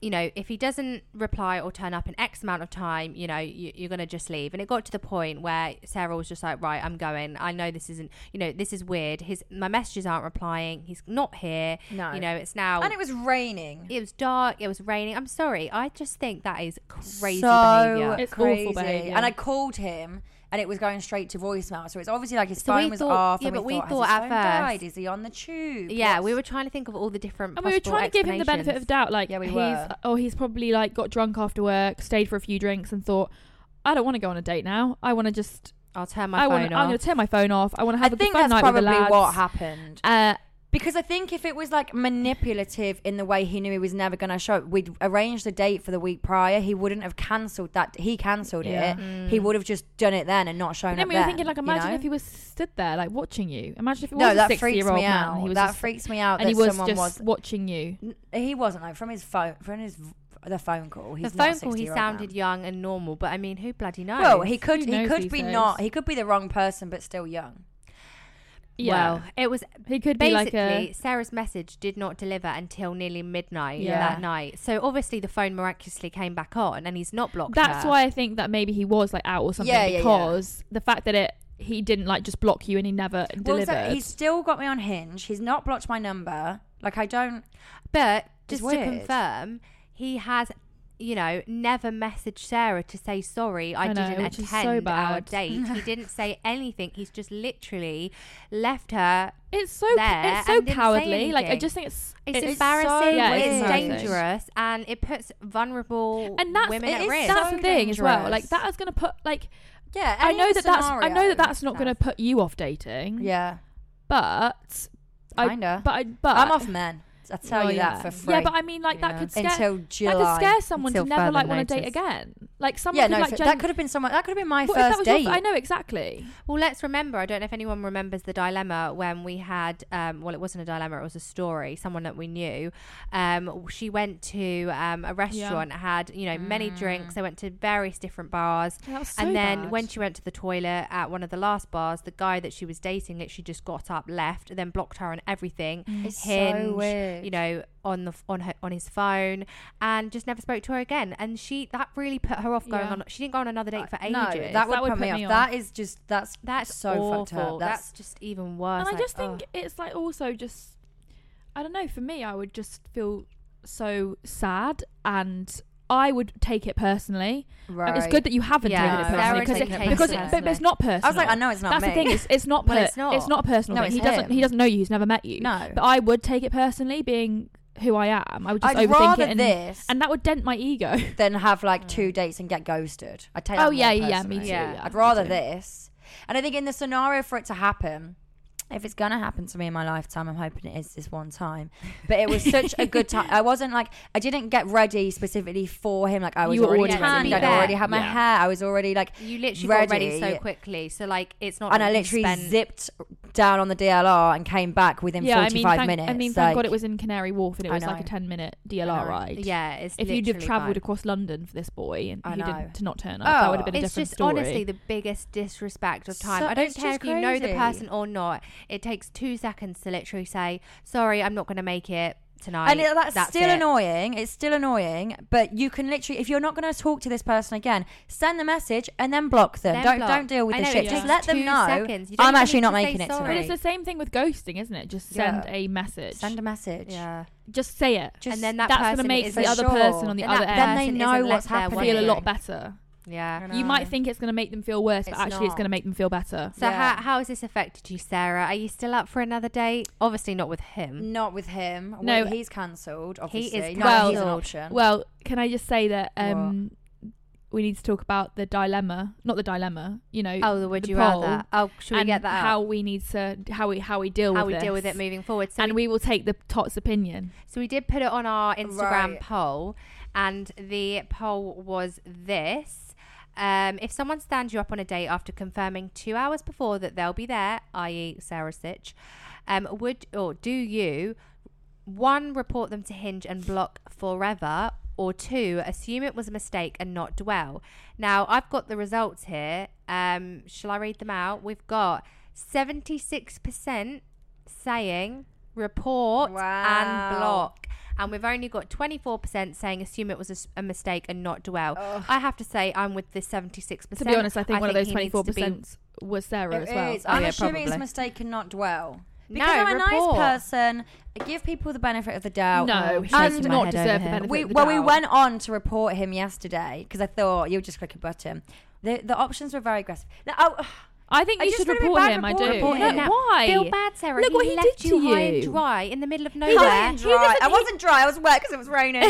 S1: you know, if he doesn't reply or turn up in X amount of time, you know, you, you're gonna just leave. And it got to the point where Sarah was just like, right, I'm going. I know this isn't, you know, this is weird. His my messages aren't replying. He's not here.
S2: No.
S1: you know, it's now.
S2: And it was raining.
S1: it was dark. It was raining. I'm sorry. I just think that is crazy
S2: so
S1: behavior.
S3: It's awful
S2: crazy.
S3: behaviour.
S2: And I called him, and it was going straight to voicemail. So it's obviously like his
S1: So we
S2: phone was
S1: thought-
S2: off.
S1: yeah,
S2: and
S1: but we
S2: has
S1: thought
S2: his
S1: at
S2: phone
S1: first-
S2: died? Is he on the tube?
S1: Yeah, we were
S2: What's-
S1: trying to think of all the different.
S3: And we were
S1: possible
S3: trying to give him the benefit of
S1: explanations.
S3: doubt, like
S2: Yeah, we
S3: he's
S2: were.
S3: oh he's probably like got drunk after work, stayed for a few drinks, and thought I don't want to go on a date now. I want to just
S1: I'll turn my
S3: I
S1: phone
S3: want I'm
S1: off.
S3: going to turn my phone off. I want to have
S2: I
S3: a
S2: think
S3: good fun
S2: that's
S3: night with the
S2: probably
S3: lads.
S2: what happened.
S3: Uh,
S2: Because I think if it was like manipulative in the way he knew he was never going to show, up, we'd arranged the date for the week prior. He wouldn't have cancelled that. He cancelled
S3: Yeah. Mm.
S2: it.
S1: Mm.
S2: He would have just done it then and not shown
S3: but then
S2: up.
S3: we were
S2: then,
S3: thinking, like,
S2: you
S3: imagine
S2: know?
S3: if he was stood there, like watching you. Imagine if he was
S2: no,
S3: a
S2: that freaks
S3: sixty-year-old
S2: me
S3: man.
S2: out.
S3: He was
S2: that
S3: just,
S2: freaks me out that
S3: and he was
S2: someone
S3: just
S2: was.
S3: watching you.
S2: He wasn't like from his phone, from his v- the phone call. He's
S1: the
S2: not a
S1: phone call, he
S2: 60-year-old
S1: sounded
S2: man.
S1: young and normal, but I mean, who bloody knows?
S2: Well, he could
S3: Who
S2: he
S3: knows
S2: could
S3: these
S2: be
S3: days?
S2: not. He could be the wrong person, but still young.
S3: Yeah,
S1: Well, it was
S3: he could be like
S1: basically
S3: a
S1: Sarah's message did not deliver until nearly midnight
S3: Yeah.
S1: that night. So obviously, the phone miraculously came back on, and he's not blocked.
S3: That's
S1: her.
S3: why I think that maybe he was like out or something
S2: Yeah, yeah, yeah.
S3: because the fact that it he didn't like just block you and he never
S2: Well,
S3: delivered.
S2: so he's still got me on Hinge. He's not blocked my number. Like I don't.
S1: But
S2: It's
S1: just to
S2: weird.
S1: confirm, he has you know, never messaged Sarah to say sorry. I,
S3: I know,
S1: didn't
S3: which is so
S1: attend our
S3: bad.
S1: date. he didn't say anything. He's just literally left her.
S3: It's so
S1: there
S3: it's so
S1: and didn't say
S3: cowardly. Like I
S1: anything.
S3: just think it's
S1: It's,
S3: so-
S1: embarrassing.
S3: yeah,
S1: it's
S3: embarrassing.
S1: dangerous, and it puts vulnerable
S3: And that's
S1: women
S2: it
S1: at
S2: is
S1: risk.
S3: that's
S2: so
S3: the thing as well.
S2: dangerous.
S3: Like that is gonna put like
S2: Yeah,
S3: I
S2: any
S3: know that that's I know
S2: scenario.
S3: that that's not gonna
S2: That's-
S3: put you off dating.
S2: Yeah,
S3: but Mm. I-
S2: kinda.
S3: but I, but
S2: I'm off men. I tell
S3: Well,
S2: you
S3: yeah.
S2: that for free.
S3: Yeah, but I mean like that
S1: Yeah.
S3: could scare
S2: until July.
S3: that could scare someone to
S1: Until
S3: never
S1: further
S3: like want to date
S1: notice.
S3: again. Like someone
S2: yeah,
S3: could
S2: no,
S3: like
S2: f-
S3: gen-
S2: that could have been someone. That could have been my
S3: What if that
S2: first
S3: was your f-
S2: date.
S3: I know exactly.
S1: Well, let's remember. I don't know if anyone remembers the dilemma when we had. Um, well, it wasn't a dilemma; it was a story. Someone that we knew. Um, she went to um, a restaurant, had you know many drinks. They went to various different bars,
S3: That was Mm. so
S1: and then
S3: bad.
S1: when she went to the toilet at one of the last bars, the guy that she was dating literally just got up, left, then blocked her on everything.
S3: Mm.
S2: It's
S1: Hinge,
S2: so weird.
S1: you know, on the on her on his phone, and just never spoke to her again. And she that really put her off going
S3: Yeah.
S1: on. She didn't go on another date for ages.
S2: No, that would, put, me off. That is just that's
S1: That's
S2: so
S1: awful.
S2: fucked up.
S1: That's,
S2: That's,
S1: just even worse.
S3: and I
S1: Like,
S3: just
S2: "Oh."
S3: think
S1: ugh.
S3: it's like also just I don't know, for me I would just feel so sad and I would take it personally.
S2: right.
S3: It's good that you haven't
S1: Yeah.
S3: taken it
S1: No,
S3: personally
S1: Sarah
S3: because
S1: didn't
S3: it,
S1: take it
S3: because it, but, but
S2: personally.
S3: it's not personal.
S2: I was like, I know it's not
S3: That's
S2: me.
S3: the thing. It's, it's
S2: [LAUGHS]
S3: not.
S1: Well,
S3: per-
S1: it's not.
S3: It's not a personal.
S2: No,
S3: thing.
S2: it's
S3: he doesn't.
S2: him.
S3: He doesn't know you. He's never met you.
S2: No.
S3: But I would take it personally, being who I am. I would just
S2: I'd
S3: overthink
S2: rather
S3: it, and,
S2: this
S3: and that would dent my ego.
S2: than have like two dates and get ghosted. I take. That
S3: oh
S2: more
S3: yeah, yeah, me
S2: personally.
S3: too.
S1: Yeah.
S3: Yeah.
S2: I'd rather
S3: me too.
S2: this. And I think in the scenario for it to happen, if it's gonna happen to me in my lifetime, I'm hoping it is this one time.
S3: [LAUGHS]
S2: But it was such a good time. I wasn't like I didn't get ready specifically for him. Like I was
S3: You were
S2: already
S1: already ready.
S2: tanned. I'd
S1: Yeah.
S2: already had my
S3: Yeah.
S2: hair. I was already like,
S1: you literally got ready
S2: ready-
S1: so quickly. So like, it's not.
S2: and
S1: like
S2: I
S1: you
S2: literally
S1: spent-
S2: zipped down on the DLR and came back within
S3: Yeah, I mean,
S2: 45
S3: thank,
S2: minutes.
S3: I mean, thank
S2: like-
S3: God it was in Canary Wharf and it
S2: I
S3: was like a
S2: know.
S3: ten-minute DLR
S2: I know.
S3: ride.
S1: Yeah, it's
S3: If you'd have
S1: literally
S3: travelled
S1: fine.
S3: across London for this boy and
S2: I
S3: he
S2: know.
S3: didn't to not turn up, that
S2: Oh.
S3: would have been a
S1: It's
S3: different
S1: just
S3: story.
S1: honestly the biggest disrespect of time.
S2: So-
S1: I don't
S2: it's
S1: care if
S2: just
S1: you know the
S2: crazy.
S1: person or not. It takes two seconds to literally say, "Sorry, I'm not going to make it tonight."
S2: and it- that's, still
S1: it.
S2: annoying. It's still annoying, but you can literally, if you're not going to talk to this person again, send the message and then block them.
S1: Then
S2: don't
S1: block.
S2: don't deal with
S1: I
S2: the
S1: know,
S2: shit.
S1: it
S2: Just
S1: takes
S2: let
S1: two
S2: them know.
S1: seconds. You don't
S2: I'm
S1: even
S2: actually
S1: need
S2: not
S1: to say
S2: making it
S1: sorry.
S3: but it's
S2: tonight.
S3: the same thing with ghosting, isn't it? Just send
S2: Yeah.
S3: a message.
S2: Send a message.
S1: Yeah,
S3: just say it.
S2: Just
S1: and then that
S3: That's
S1: person
S3: gonna make
S1: is
S3: the
S2: for
S3: other
S2: sure.
S3: person on the
S1: and
S3: other
S1: that
S2: Then
S3: end
S2: they
S1: person
S2: know
S1: isn't
S2: what's
S1: left there
S2: happening.
S1: wanting
S3: feel a
S1: you.
S3: lot better.
S1: Yeah.
S2: I
S3: You might
S2: know.
S3: think it's going to make them feel worse, but
S2: It's
S3: actually it's
S2: not.
S3: going to make them feel better.
S1: So
S2: Yeah.
S1: how how has this affected you, Sarah? Are you still up for another date? Obviously not with him.
S2: Not with him.
S3: No.
S2: No, he's cancelled. Obviously,
S1: is
S2: no, he's an
S1: cancelled.
S2: option.
S3: Well, can I just say that um, we need to talk about the dilemma, not the dilemma, you know,
S1: Oh, the would
S3: the
S1: you
S3: poll
S1: rather? Oh, should we
S3: and
S1: get that?
S3: how
S1: up?
S3: we need to how we how we deal
S1: how
S3: with
S1: we deal with it
S3: this.
S1: moving forward. So
S3: and we will take the tot's opinion.
S1: So we did put it on our Instagram
S2: Right.
S1: poll, and the poll was this. Um, if someone stands you up on a date after confirming two hours before that they'll be there, i.e., Sarah Sitch, um, would or do you one report them to Hinge and block forever, or two assume it was a mistake and not dwell? Now I've got the results here. Um, shall I read them out? We've got seventy-six percent saying report and
S2: Wow.
S1: block. And we've only got 24% saying assume it was a s- a, mistake and not dwell. I have to say, I'm with the 76%.
S3: To be honest, I think one of those
S1: he needs
S3: twenty-four
S1: to be-
S3: percent was Sarah
S2: It
S3: as well.
S2: is. I'm
S1: Oh, yeah,
S2: assuming it's
S1: probably.
S2: a mistake and not dwell.
S1: No,
S2: Because I'm a
S1: report.
S2: nice person. I give people the benefit of the doubt.
S3: No, he
S1: I'm
S3: does
S1: shaking my
S3: not
S1: head
S3: deserve
S1: over
S3: the
S1: here.
S3: benefit
S2: We,
S3: of the
S2: well, we
S3: doubt.
S2: went on to report him yesterday because I thought you'll just click a button. The, the options were very aggressive. No, oh,
S3: I think
S2: I
S3: you
S2: just
S3: should
S2: feel a bit
S3: report
S2: bad
S3: him. I do.
S2: reporting
S1: Report
S2: Yeah.
S1: him
S2: No,
S1: now.
S3: Why?
S1: Feel bad, Sarah.
S3: Look
S1: he
S3: what he
S1: left
S3: did
S1: you
S3: to
S1: high and
S3: you.
S1: dry in the middle of
S2: I
S1: nowhere.
S2: wasn't
S3: he doesn't-
S2: dry. I
S3: he-
S2: wasn't dry. I was wet because it was raining.
S3: he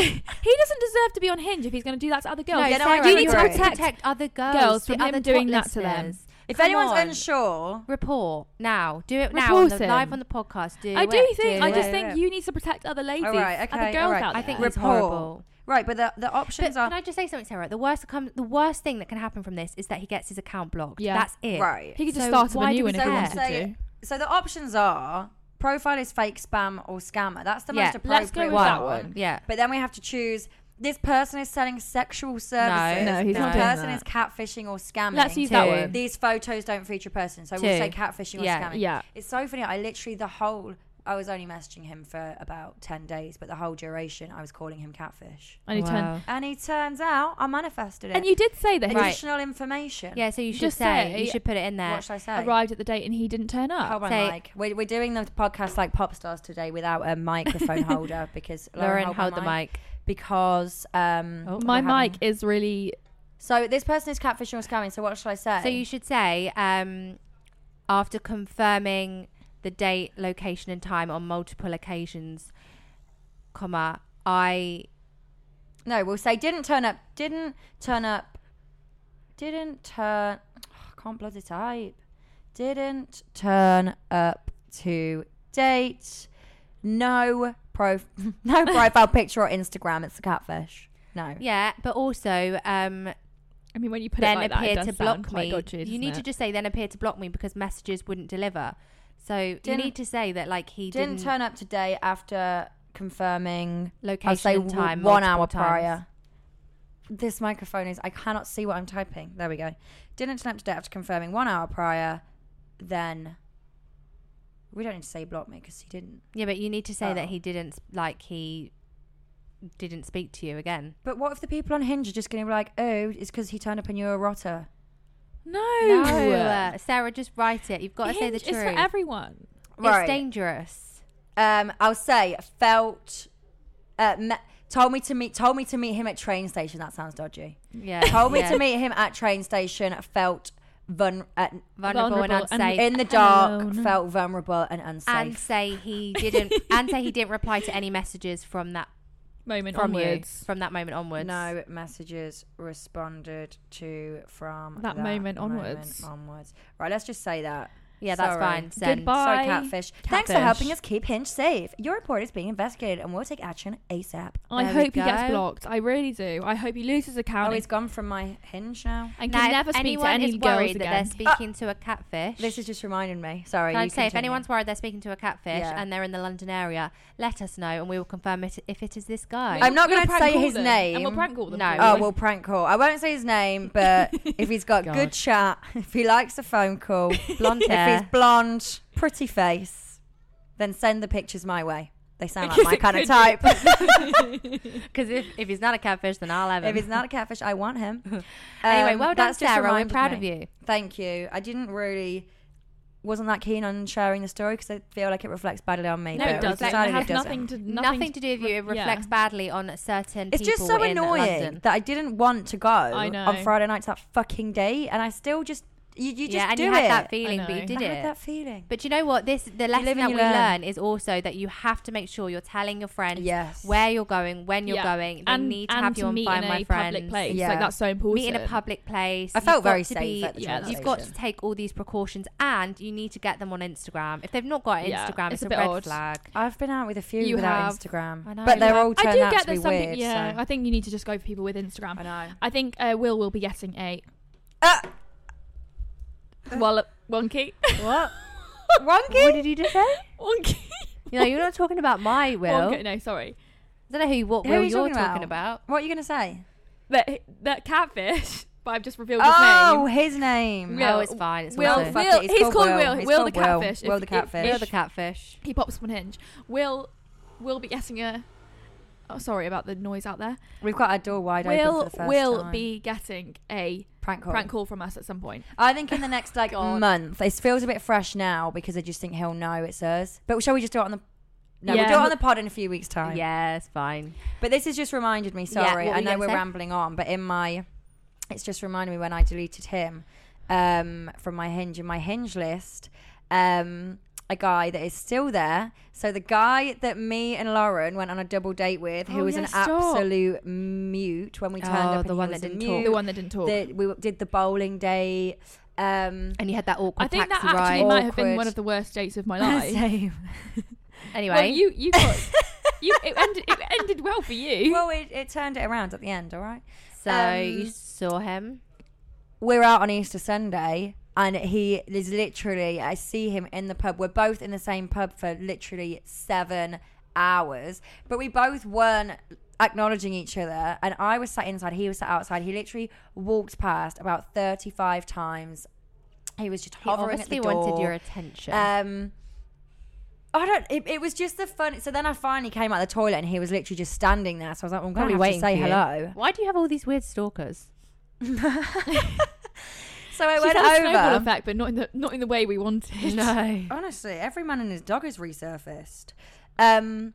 S3: doesn't deserve to be on Hinge if he's going to do that to other girls.
S1: No,
S2: Yeah, no, I
S1: Sarah,
S2: do
S1: you need to
S2: agree.
S1: protect, other girls,
S3: girls
S1: the
S3: from
S1: other
S3: him doing
S1: top
S3: that to them.
S1: listeners.
S2: [LAUGHS] if
S1: Come
S2: anyone's
S1: on.
S2: unsure,
S1: report now, do it now, on
S3: Report
S1: the,
S3: him.
S1: live on the podcast. Do
S3: I do
S1: it,
S3: think.
S1: do
S3: I
S1: it.
S3: just
S2: it.
S3: think you need to protect other ladies,
S2: all right, okay,
S3: other girls
S2: all right.
S3: out there.
S1: I think
S2: report.
S1: it's horrible.
S2: Right, but the, the options
S1: But
S2: are
S1: can I just say something, Sarah? The worst come, the worst thing that can happen from this is that he gets his account blocked.
S3: Yeah.
S1: that's it.
S2: right.
S3: he could just
S1: So
S3: start up
S1: why
S3: a
S1: do
S3: new
S1: we
S3: one if he
S1: say
S3: wanted
S2: that?
S3: to.
S2: So the options are profile is fake, spam, or scammer. That's the
S1: Yeah,
S2: most appropriate
S3: let's go with that one.
S1: Yeah.
S2: But then we have to choose. This person is selling sexual services.
S1: No, he's
S2: this
S1: not doing
S2: person
S3: that.
S2: is catfishing or scamming.
S3: Let's use
S1: Two.
S3: that one.
S2: These photos don't feature a person, so
S1: Two.
S2: we'll say catfishing
S1: Yeah,
S2: or scamming.
S3: Yeah.
S2: It's so funny. I literally the whole. I was only messaging him for about ten days, but the whole duration I was calling him catfish.
S3: And he turned.
S1: Wow.
S2: And he turns out I manifested it.
S3: And you did say that he
S1: Right.
S2: additional information.
S1: Yeah, so you should
S3: Just
S1: say, you
S3: say-
S1: should put it in there.
S2: What should I say?
S3: arrived at the date and he didn't turn up.
S2: Hold on,
S1: Say-
S2: Mike. We're, we're
S1: [LAUGHS]
S2: doing the podcast like pop stars today without a microphone holder because
S1: Lauren, hold
S2: my
S1: the mic.
S2: because um
S1: Oh,
S3: My
S2: we're having-
S3: mic is really.
S2: So this person is catfishing or scamming. So what should I say?
S1: So you should say, um, after confirming the date, location, and time on multiple occasions, comma, I
S2: no, we'll say didn't turn up. Didn't turn up. Didn't turn. I can't bloody type. Didn't turn up to date. No prof. [LAUGHS] No
S1: [LAUGHS]
S2: profile picture or Instagram. It's a catfish. No.
S1: yeah, but also um,
S3: I mean, when you put
S1: then
S3: it like that, it
S1: appear
S3: does
S1: to
S3: sound
S1: block
S3: quite
S1: me.
S3: dodgy,
S1: you
S3: doesn't
S1: need
S3: it?
S1: to just say then appear to block me because messages wouldn't deliver. So you
S2: Didn't-
S1: need to say that like he
S2: didn't,
S1: didn't,
S2: turn up today after confirming
S1: location
S2: I'll say
S1: and
S2: w-
S1: time
S2: one
S1: multiple
S2: hour
S1: times.
S2: prior. This microphone is I cannot see what I'm typing. There we go. Didn't turn up today after confirming one hour prior. Then we don't need to say block me because he didn't.
S1: Yeah, but you need to say
S2: Oh.
S1: that he didn't like he didn't speak to you again.
S2: But what if the people on Hinge are just going to be like, oh, it's because he turned up and you're a rotter?
S3: No.
S1: uh, Sarah, just write it. You've got to say the
S3: Hinge
S1: truth.
S3: is for everyone.
S1: It's dangerous.
S2: um, I'll say felt. Uh, me- told me to meet. Told me to meet him at train station. That sounds dodgy.
S1: Yeah,
S2: [LAUGHS] Told me
S1: yeah.
S2: to meet him at train station. Felt vun- uh,
S1: vulnerable,
S3: Vulnerable
S1: and
S3: and-
S1: unsafe.
S2: in the dark,
S3: Alone.
S2: felt vulnerable and unsafe.
S1: and say he didn't and say he didn't reply to any messages from that
S3: Moment
S1: from
S3: onwards.
S1: you from that moment onwards.
S2: no messages responded to from
S3: That moment onwards.
S2: onwards. Right, let's just say that.
S1: Yeah, that's
S2: Sorry.
S1: fine. Send.
S3: Goodbye.
S2: Sorry, catfish. Thanks for
S3: Catfish.
S2: helping us keep Hinge safe. Your report is being investigated, and we'll take action ASAP.
S3: I
S1: There we
S3: hope he gets
S1: go.
S3: blocked. I really do. I hope he loses account
S2: Oh, he's gone from my Hinge now.
S3: and
S1: Now,
S3: can
S1: if
S3: never speak to
S1: anyone
S3: any
S1: is
S3: girls
S1: worried that
S3: again.
S1: they're speaking to a catfish.
S2: This is just reminding me. Sorry.
S1: Can I
S2: you
S1: just say, if
S2: continue.
S1: anyone's worried they're speaking to a catfish
S2: Yeah.
S1: and they're in the London area, let us know and we will confirm it if it is this guy.
S2: I'm not
S3: We'll
S2: gonna
S3: prank
S2: say
S3: call
S2: his
S3: them. And we'll
S2: name.
S3: prank call them.
S1: No.
S2: Oh,
S3: probably.
S2: we'll prank call. I won't say his name,
S1: [LAUGHS]
S2: but if he's got good
S1: God.
S2: chat, if he likes a phone
S1: [LAUGHS]
S2: call,
S1: [LAUGHS] blonde
S2: if
S1: hair.
S2: he's blonde, pretty face, then send the pictures my way. They sound
S3: Because
S2: like
S3: it
S2: my kind of
S3: could
S2: type.
S1: Because if, if he's not a catfish, then I'll have him.
S2: if he's not a catfish, I want him. Um,
S1: [LAUGHS] anyway, well done,
S2: that's just
S1: Sarah. We're
S2: reminded
S1: proud
S2: me.
S1: of you.
S2: Thank you. I didn't really, wasn't that keen on sharing the story because I feel like it reflects badly on me.
S1: No,
S3: No,
S2: but
S1: it
S3: it
S2: we've
S3: does.
S1: doesn't.
S3: It
S1: It
S2: decided
S1: has
S3: has
S2: doesn't.
S3: nothing to
S1: Nothing, to do with you. It reflects badly on certain
S2: It's
S1: people
S2: just so
S1: in
S2: annoying
S1: London.
S2: that I didn't want to go
S3: I
S2: on
S3: know.
S2: Friday night to that fucking date, and I still just you, you just
S1: yeah, and
S2: do
S1: you had
S2: it.
S1: that feeling, but you
S3: know.
S1: did
S2: I
S1: it.
S2: had that feeling.
S1: But you know what? This the
S2: live
S1: lesson
S2: and
S1: that
S2: you
S1: we
S2: learn.
S1: learn. is also that you have to make sure you're telling your friends
S2: Yes.
S1: where you're going, when you're
S3: Yeah.
S1: going. They
S3: and
S1: need to
S3: and
S1: have you on
S3: meet
S1: Find
S3: in
S1: My
S3: a
S1: Friends.
S3: public place.
S2: Yeah.
S3: Like that's so important.
S1: Meet in a public place.
S2: I felt
S1: You've got
S2: very
S1: to
S2: safe
S1: be-
S2: at the
S3: Yeah,
S2: train
S3: that's
S1: You've got to
S2: station.
S1: take all these precautions, and you need to get them on Instagram. If they've not got
S3: Yeah,
S1: Instagram,
S3: it's
S1: it's, a,
S3: a bit
S1: red
S3: odd.
S1: flag.
S2: I've been out with a few
S3: You
S2: without
S3: have.
S2: Instagram,
S1: I know.
S2: but they're
S1: Yeah.
S2: all
S3: I
S2: turned
S3: do
S2: out
S3: get
S2: to be
S3: there's something.
S2: weird.
S3: yeah,
S2: So.
S3: I think you need to just go for people with Instagram.
S2: I know.
S3: I think uh, Will will be getting a
S2: Ah!
S3: well uh, wonky. [LAUGHS]
S1: What?
S2: Wonky?
S1: What did you just say?
S3: wonky.
S1: You know, you're not talking about
S3: [LAUGHS]
S1: my will.
S3: Wonky. No, sorry.
S1: I don't know who you- what
S2: Who
S1: will
S2: are you
S1: you're
S2: talking
S1: talking
S2: about?
S1: about.
S2: What are you going to say?
S3: That that catfish. [LAUGHS] But I've just revealed his
S2: Oh,
S3: name.
S2: his name.
S3: Will.
S1: Oh, it's fine. It's
S3: Will,
S1: nothing.
S2: fuck
S3: Will-
S2: it, it's
S3: he's
S2: called
S3: called
S2: Will.
S3: Will.
S2: It's
S3: Will
S2: called
S3: the
S2: Will.
S3: catfish.
S2: Will
S3: If-
S2: the
S3: if-
S2: catfish.
S1: You're the catfish.
S3: He pops up on Hinge. Will will be getting a. Oh, sorry about the noise out there.
S2: We've got our door wide
S3: will
S2: open for the first
S3: will
S2: time.
S3: be getting a
S2: prank call.
S3: prank call from us at some point.
S2: I think in the next like
S3: God.
S2: month, it feels a bit fresh now because I just think he'll know it's us. But shall we just do it on the? No,
S3: Yeah.
S2: we'll do it on the pod in a few weeks' time.
S1: Yeah, it's fine.
S2: But this has just reminded me.
S1: Yeah,
S2: Sorry,
S1: what were
S2: I
S1: you
S2: know
S1: gonna
S2: we're
S1: say?
S2: rambling on, but in my, it's just reminded me when I deleted him um, from my hinge in my hinge list. Um, a guy that is still there. So the guy that me and Lauren went on a double date with, who
S3: Oh,
S2: was
S3: yeah,
S2: an
S3: stop.
S2: absolute mute when we turned
S1: Oh,
S2: up.
S1: the
S2: and
S1: one
S2: he was
S1: that
S2: a
S1: didn't talk.
S2: mute.
S3: The one that didn't talk.
S2: that we did the bowling date.
S1: [LAUGHS]
S2: Um,
S1: And you had that awkward
S3: I think that
S1: taxi
S3: actually
S1: ride.
S3: might have been
S2: Awkward.
S3: one of the worst dates
S2: [LAUGHS]
S3: of my life.
S2: Same.
S1: Anyway,
S3: well, you you got
S1: [LAUGHS]
S3: you it ended, it ended well for you.
S2: well, it, it turned it around at the end, all right?
S1: so you
S2: um,
S1: saw him.
S2: We're out on Easter Sunday, and he is literally, I see him in the pub. We're both in the same pub for literally seven hours, but we both weren't acknowledging each other. And I was sat inside, he was sat outside. He literally walked past about 35 times. He was just
S1: He
S2: hovering at the
S1: obviously
S2: door.
S1: wanted your attention.
S2: Um, I don't. It, it was just the fun. So then I finally came out the toilet, and he was literally just standing there. So I was like, well, I'm going
S1: Probably
S2: to have to
S1: waiting
S2: say
S1: for you.
S2: hello.
S1: Why do you have all these weird stalkers?
S2: [LAUGHS] So I
S3: She's
S2: went
S3: had a snowball
S2: over.
S3: effect, but not in the not in the way we wanted. [LAUGHS]
S1: No.
S2: Honestly, every man and his dog has resurfaced. Um,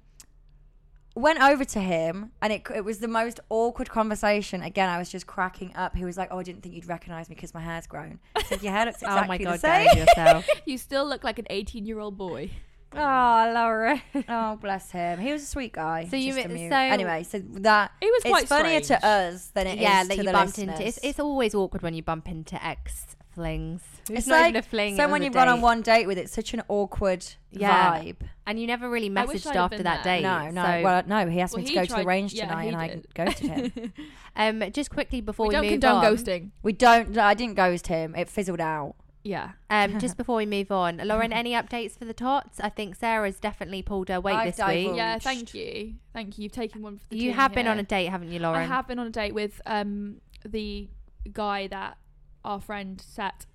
S2: went over to him and it, it was the most awkward conversation. Again, I was just cracking up. He was like, Oh, I didn't think you'd recognize me because my hair's grown. I said, Your hair looks exactly
S1: [LAUGHS] oh my god,
S2: the same.
S1: Gary, yourself.
S3: You still look like an 18 year old boy.
S2: [LAUGHS] Oh,
S1: [LAUGHS]
S2: Laura. oh, bless him. He was a sweet guy.
S1: So you
S2: Just a
S1: mean-
S2: mute.
S1: so-
S2: anyway, so that
S3: It was
S2: it's
S3: quite
S2: funnier
S3: strange.
S2: to uh, us than it is
S1: yeah, that
S2: to
S1: you
S2: the
S1: bumped
S2: listeners.
S1: into. It's, it's always awkward when you bump into ex flings. It's,
S2: It's
S1: not
S2: like
S1: even a fling. it
S2: someone
S1: was a
S2: you've gone on
S1: date.
S2: one date with. It's such an awkward
S1: Yeah.
S2: vibe.
S1: and you never really
S3: I wish
S1: messaged
S3: I'd have
S1: after
S3: been
S1: that
S3: there.
S1: date.
S2: No, no.
S1: So,
S2: well, no. He asked
S3: Well,
S2: me to
S3: he
S2: go to
S3: tried-
S2: the range
S3: yeah,
S2: tonight,
S3: he
S2: and
S3: did.
S2: I ghosted
S1: [LAUGHS]
S2: him.
S1: um, just quickly before
S3: we
S1: we,
S3: don't
S1: move
S3: condone
S1: on,
S3: ghosting.
S2: we don't. no, I didn't ghost him. It fizzled out.
S3: Yeah. [LAUGHS]
S1: um, just before we move on, Lauren, any updates for the tots? I think Sarah's definitely pulled her weight
S2: I've
S1: this
S2: divulged.
S1: week.
S3: Yeah, thank you. Thank you. You've taken one for the
S1: You
S3: team
S1: have been on a
S3: here.
S1: date, haven't you, Lauren?
S3: I have been on a date with um the guy that our friend set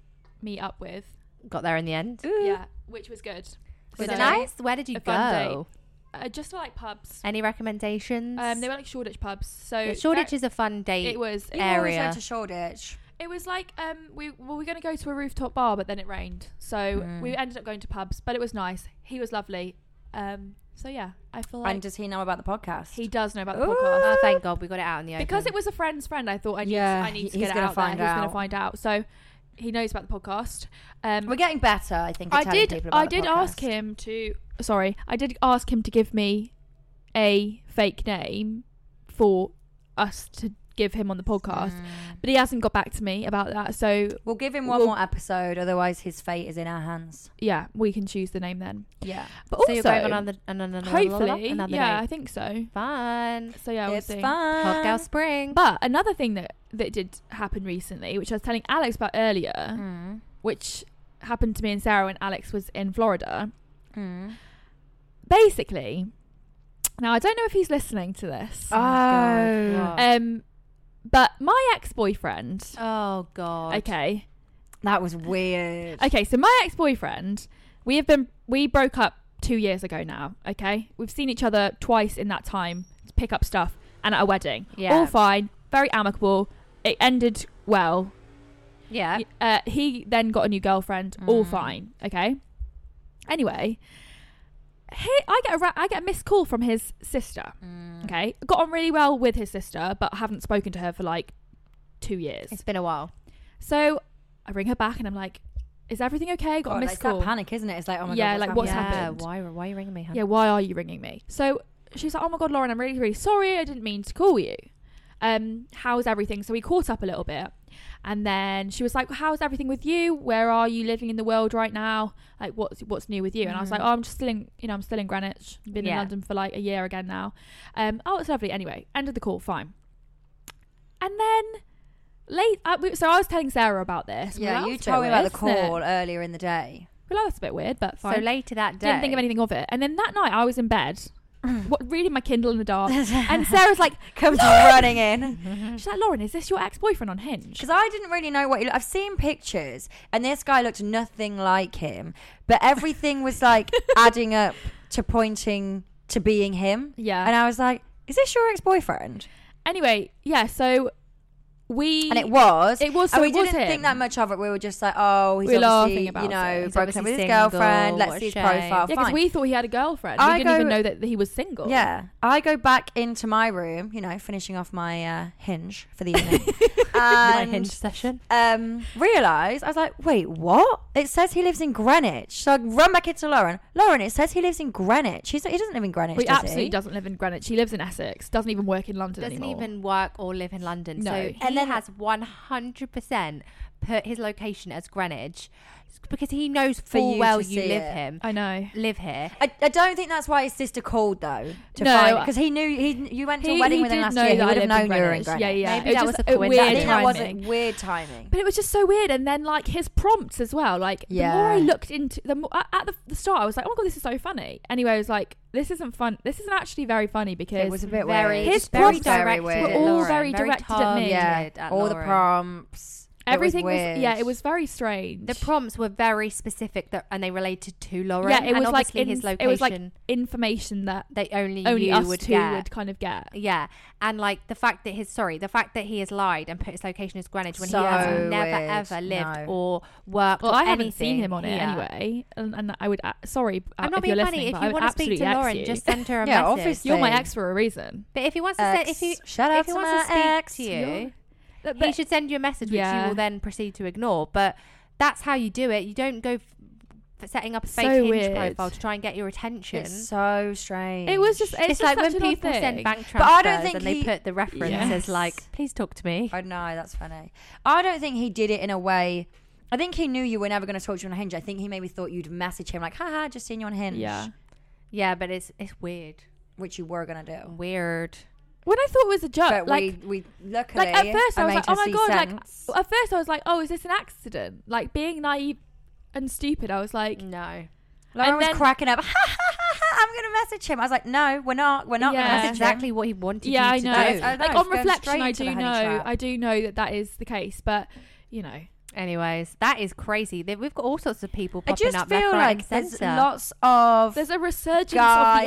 S3: me up with.
S1: Got there in the end.
S3: Yeah, which was good.
S1: Was
S3: So,
S1: it nice? Where did you
S3: a fun date.
S1: go?
S3: Uh, just like pubs.
S1: Any recommendations?
S3: Um, they were like Shoreditch pubs. So
S1: Yeah, Shoreditch
S3: very-
S1: is a fun date.
S3: It was.
S1: You always Area. went
S2: went
S1: to
S2: to Shoreditch.
S3: It was like um we well, we were going to go to a rooftop bar, but then it rained, so
S2: Mm.
S3: we ended up going to pubs. But it was nice. He was lovely. Um, so yeah, I feel like
S2: and does he know about the podcast?
S3: he does know about the
S2: Ooh.
S3: podcast.
S1: oh, thank God we got it out in the open.
S3: because it was a friend's friend, I thought I need
S2: Yeah,
S3: to, I need to
S2: he's
S3: get it
S2: gonna
S3: out there.
S2: find
S3: He's going
S2: out.
S3: to find out. So he knows about the podcast. Um,
S2: We're getting better, I think. at
S3: I
S2: telling
S3: did.
S2: People about
S3: I
S2: the
S3: did ask
S2: podcast.
S3: him to. Sorry, I did ask him to give me a fake name for us to give him on the podcast,
S2: Mm.
S3: but he hasn't got back to me about that. So
S2: We'll give him one
S3: We'll-
S2: more episode, otherwise his fate is in our hands.
S3: yeah, we can choose the name then.
S2: Yeah,
S3: But
S1: so
S3: also,
S1: you're going on another, another, another
S3: hopefully,
S1: another
S3: yeah, I
S1: date.
S3: think so.
S1: Fun.
S3: So yeah,
S2: it's
S3: we'll see.
S2: fun.
S1: Hot girl spring.
S3: But another thing that that did happen recently, which I was telling Alex about earlier,
S2: Mm.
S3: which happened to me and Sarah when Alex was in Florida.
S2: Mm.
S3: Basically, now I don't know if he's listening to this.
S1: Oh, God,
S2: Oh.
S1: what?
S3: Um, but my ex-boyfriend.
S1: oh God.
S3: Okay,
S2: That was weird.
S3: okay. So my ex-boyfriend, we have been we broke up two years ago now. Okay, we've seen each other twice in that time to pick up stuff and at a wedding.
S1: Yeah.
S3: all fine, very amicable. It ended well.
S1: Yeah.
S3: Uh, he then got a new girlfriend. All
S2: Mm.
S3: fine. Okay. Anyway, he, I get a ra- I get a missed call from his sister.
S2: Mm.
S3: Okay, got on really well with his sister, but haven't spoken to her for like two years.
S1: It's been a while.
S3: So I ring her back and I'm like, "Is everything okay? Got
S2: God,
S3: a
S2: like,
S3: missed
S2: it's
S3: call."
S2: that panic, isn't it? It's like, oh my
S3: Yeah,
S2: god,
S3: like,
S2: what's
S3: what's
S1: yeah.
S2: happened?
S3: happened?
S1: Why? Why are you ringing me?
S2: Um,
S1: hun?
S3: yeah, why are you ringing me? So she's like, "Oh my god, Lauren, I'm really, really sorry. I didn't mean to call you. Um, how's everything?" So we caught up a little bit, and then she was like, "How's everything with you? Where are you living in the world right now? Like, what's what's new with you?" And I was
S2: Mhm.
S3: like, "Oh, I'm just still in, you know, I'm still in Greenwich. Been in
S1: Yeah.
S3: London for like a year again now. Um, oh, it's lovely. Anyway, end of the call, fine. And then late, uh, we, so I was telling Sarah about this. We were
S2: Yeah,
S3: like, "Oh,
S2: you
S3: it's a bit
S2: told me about the
S3: weird, isn't it?"
S2: call earlier in the day.
S3: We're like, that's a bit weird, but
S1: So
S3: fine.
S1: later that day.
S3: Didn't think of anything of it. And then that night, I was in bed,
S2: Mm.
S3: what, reading my Kindle in the
S2: [LAUGHS]
S3: dark, and Sarah's like,
S2: [LAUGHS] Comes running in.
S3: she's like, Lauren, is this your ex boyfriend on Hinge?
S2: Because I didn't really know what he looked. I've seen pictures, and this guy looked nothing like him. But everything
S3: [LAUGHS]
S2: was like adding up to pointing to being him.
S3: Yeah.
S2: And I was like, "Is this your ex-boyfriend?"
S3: anyway, yeah. So we
S2: And it was.
S3: It was-
S2: And
S3: so
S2: we
S3: it was
S2: didn't think
S3: him.
S2: that much of it. We were just like, "Oh, he's
S3: We were
S2: obviously,
S3: laughing about
S2: you know,
S3: it. He's
S2: broken up
S1: obviously
S2: with his
S1: single,
S2: girlfriend.
S1: what a
S2: Let's see his
S1: shame."
S2: profile."
S3: yeah, because
S2: Fine.
S3: we thought he had a girlfriend.
S2: I
S3: we didn't even
S2: go-
S3: know that he was single.
S2: Yeah. I go back into my room, you know, finishing off my uh, hinge for the
S3: [LAUGHS]
S2: evening.
S1: My
S2: and
S1: hinge session.
S2: um, realised, I was like, wait, what? It says he lives in Greenwich. So I run back into Lauren. Lauren, it says he lives in Greenwich. He's, he doesn't live in Greenwich,
S3: He
S2: does
S3: absolutely
S2: he?
S3: doesn't live in Greenwich. He lives in Essex. Doesn't even work in London
S1: Doesn't
S3: anymore.
S1: even work or live in London.
S3: No.
S1: So
S3: And
S1: he
S2: then-
S1: has 100% put his location as Greenwich because he knows full
S2: you
S1: well
S2: to
S1: you
S2: see
S1: live
S2: it.
S1: him.
S3: I know.
S1: Live here.
S2: I, I don't think that's why his sister called though to
S3: No.
S2: find because he knew he you went to a wedding with him
S3: did
S2: last
S3: know
S2: year. He
S3: that I
S2: would have known
S3: lived
S2: you
S3: in
S2: were in
S3: Greenwich.
S2: Greenwich.
S3: Yeah, yeah.
S1: Maybe
S3: It
S1: that
S3: just
S1: was a
S2: I
S1: coincidence.
S3: weird
S2: think that was
S3: timing.
S2: weird timing.
S3: But it was just so weird. And then like his prompts as well. Like the more I
S2: Yeah.
S3: looked into the more, at at the, the start, I was like, oh my god, this is so funny. Anyway, I was like, this isn't fun. This isn't actually very funny because
S2: it was a bit
S1: very,
S2: weird.
S3: His
S1: very
S3: prompts
S1: directed
S3: were
S1: at
S3: all
S1: Lauren,
S3: very directed at me.
S2: yeah,
S1: targeted at
S2: all the
S1: Lauren.
S2: prompts.
S3: Everything was,
S2: weird.
S3: yeah, it was very strange.
S1: The prompts were very specific that, and they related to Lauren.
S3: Yeah, it
S1: and
S3: was like
S1: obviously his
S3: in-
S1: location.
S3: it was like information that
S1: they only,
S3: only
S1: you
S3: us
S1: would
S3: two
S1: get.
S3: would kind of get.
S1: Yeah, and like the fact that his sorry, the fact that he has lied and put his location as Greenwich when
S2: So
S1: he has never
S2: weird.
S1: ever lived
S2: No.
S1: or worked.
S3: Well,
S1: or
S3: I haven't
S1: anything
S3: seen him on it
S1: here.
S3: anyway, and, and I would. a sorry, uh,
S1: I'm not
S3: if you're
S1: being funny.
S3: listening,
S1: If
S3: but
S1: you
S3: I would
S1: want to speak
S3: absolutely
S1: to
S3: ax
S1: Lauren,
S3: you.
S1: just send her a
S2: Yeah,
S1: message.
S2: obviously.
S3: you're my
S2: thing.
S3: ex for a reason.
S1: But if he wants to
S2: Ex,
S1: say, if he
S2: shout out
S1: if he
S2: to
S1: wants
S2: my
S1: to speak
S2: ex.
S1: to
S3: Yeah.
S1: you,
S3: But,
S1: he
S3: but-
S1: should send you a message, which you
S3: Yeah.
S1: will then proceed to ignore. But that's how you do it. You don't go f- for setting up a fake
S3: So
S1: hinge
S3: weird.
S1: profile to try and get your attention.
S2: It's so strange.
S3: it was just. It's,
S1: It's
S3: just
S1: like
S3: such
S1: when
S3: an odd
S1: people send
S3: thing.
S1: bank transfers
S2: But I don't think
S1: and they
S2: he-
S1: put the reference as
S3: Yes.
S1: like, please talk to me.
S2: I know that's funny. I don't think he did it in a way. I think he knew you were never going to talk to you on Hinge. I think he maybe thought you'd message him like, "Haha, just seen you on Hinge,"
S3: Yeah.
S1: Yeah, but it's it's weird.
S2: which you were going to do.
S1: Oh. Weird.
S3: When I thought it was a joke,
S2: But
S3: like
S2: we, we luckily,
S3: like at first I was
S2: made
S3: like,
S2: her
S3: oh my
S2: see
S3: god,
S2: sense.
S3: like at first I was like, oh, is this an accident? Like being naive and stupid, I was
S2: Mm.
S3: like,
S1: No.
S2: Lauren
S3: and
S2: was
S3: then-
S2: cracking up. [LAUGHS] I'm going to message him. I was like, no, we're not. We're not
S3: Yeah.
S2: going to
S1: That's
S2: message him.
S1: exactly what he wanted
S3: yeah, I
S1: you to
S3: know.
S1: do.
S2: do. I know,
S3: Like
S2: it's
S3: on
S2: going
S3: reflection,
S2: straight
S3: I
S2: to the
S3: do
S2: honey
S3: know,
S2: trap.
S3: I do know that that is the case, but you know,
S1: Anyways, that is crazy. They- We've got all sorts of people
S2: I
S1: popping
S2: just
S1: up
S2: feel
S1: left, right,
S2: like
S1: and
S2: there's
S1: centre.
S2: lots of
S3: there's a resurgence
S2: guys,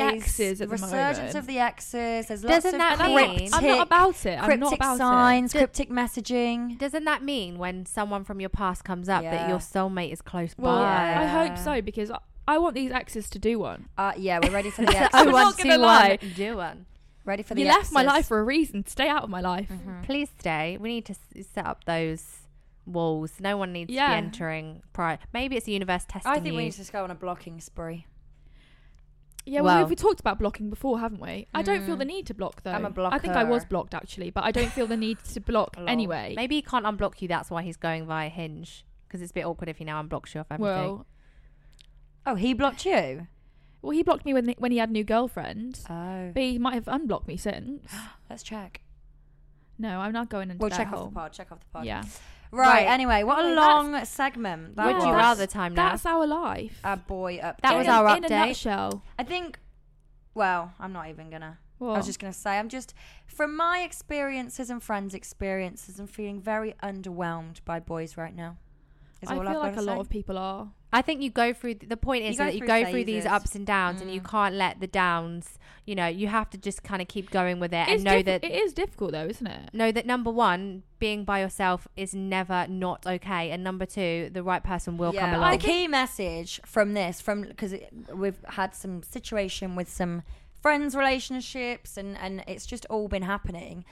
S3: of the exes at the
S2: resurgence
S3: moment.
S2: of the exes. There's lots of
S1: Doesn't that
S3: I'm
S2: cryptic,
S1: mean-
S3: not, I'm not about it. I'm not
S2: cryptic
S3: about
S2: signs,
S1: Do-
S2: cryptic messaging.
S1: Doesn't that mean when someone from your past comes up that
S2: Yeah.
S1: your soulmate is close
S3: it. Well,
S1: by?
S3: I hope
S2: Yeah.
S3: so because I, I want these exes to do one.
S2: Uh, yeah, we're
S3: [LAUGHS]
S2: ready [LAUGHS] for the exes.
S3: I'm not gonna lie.
S1: Do one.
S2: Ready for the Mm-hmm.
S3: You left my
S2: exes.
S3: life for a reason. Stay out of my life.
S1: Please stay. We need to s- set up those walls. No one needs to
S3: Yeah.
S1: be entering prior. Maybe it's a universe testing
S2: I think
S1: you.
S2: we need to just go on a blocking spree.
S3: Yeah, well,
S1: Well-
S3: we've talked about blocking before, haven't we? I don't feel the need to block though.
S2: Mm. I'm a
S3: I think I was
S2: blocker.
S3: blocked actually, but I don't feel the need to
S2: [LAUGHS]
S3: block
S2: Lol.
S3: anyway.
S1: Maybe he can't unblock you. That's why he's going via Hinge because it's a bit awkward if he now unblocks you off everything.
S3: Well,
S2: Oh, he blocked you.
S3: well, he blocked me when when he had a new girlfriend,
S2: Oh,
S3: but he might have unblocked me since.
S2: [GASPS] let's check.
S3: No, I'm not going into
S2: We'll
S3: that
S2: check
S3: whole.
S2: off the pod. Check off the pod.
S3: Yeah,
S2: Right.
S1: Right.
S2: Anyway, what a
S3: Anyway,
S2: long segment. That
S1: Would
S2: was
S1: you rather time now?
S3: that's our life.
S2: our boy up.
S1: That
S3: In
S1: was
S3: a-
S1: our
S3: In a
S1: update.
S3: nutshell,
S2: I think. Well, I'm not even gonna. I
S3: What?
S2: was just gonna say. I'm just from my experiences and friends' experiences. I'm feeling very underwhelmed by boys right now. Is
S3: I
S2: all
S3: feel
S2: I've
S3: like a
S2: gotta
S3: lot
S2: say.
S3: of people are.
S1: I think you go through the point is
S2: go
S1: that you
S2: through
S1: go through these
S2: phases.
S1: ups and downs, and you
S2: Mm.
S1: can't let the downs. You know, you have to just kind of keep going with it
S3: It's
S1: and know
S3: diff-
S1: that
S3: it is difficult though, isn't it?
S1: know that number one, being by yourself is never not okay, and number two, the right person will come
S2: Yeah,
S1: along.
S2: The key message from this, from because we've had some situation with some friends' relationships, and and it's just all been happening.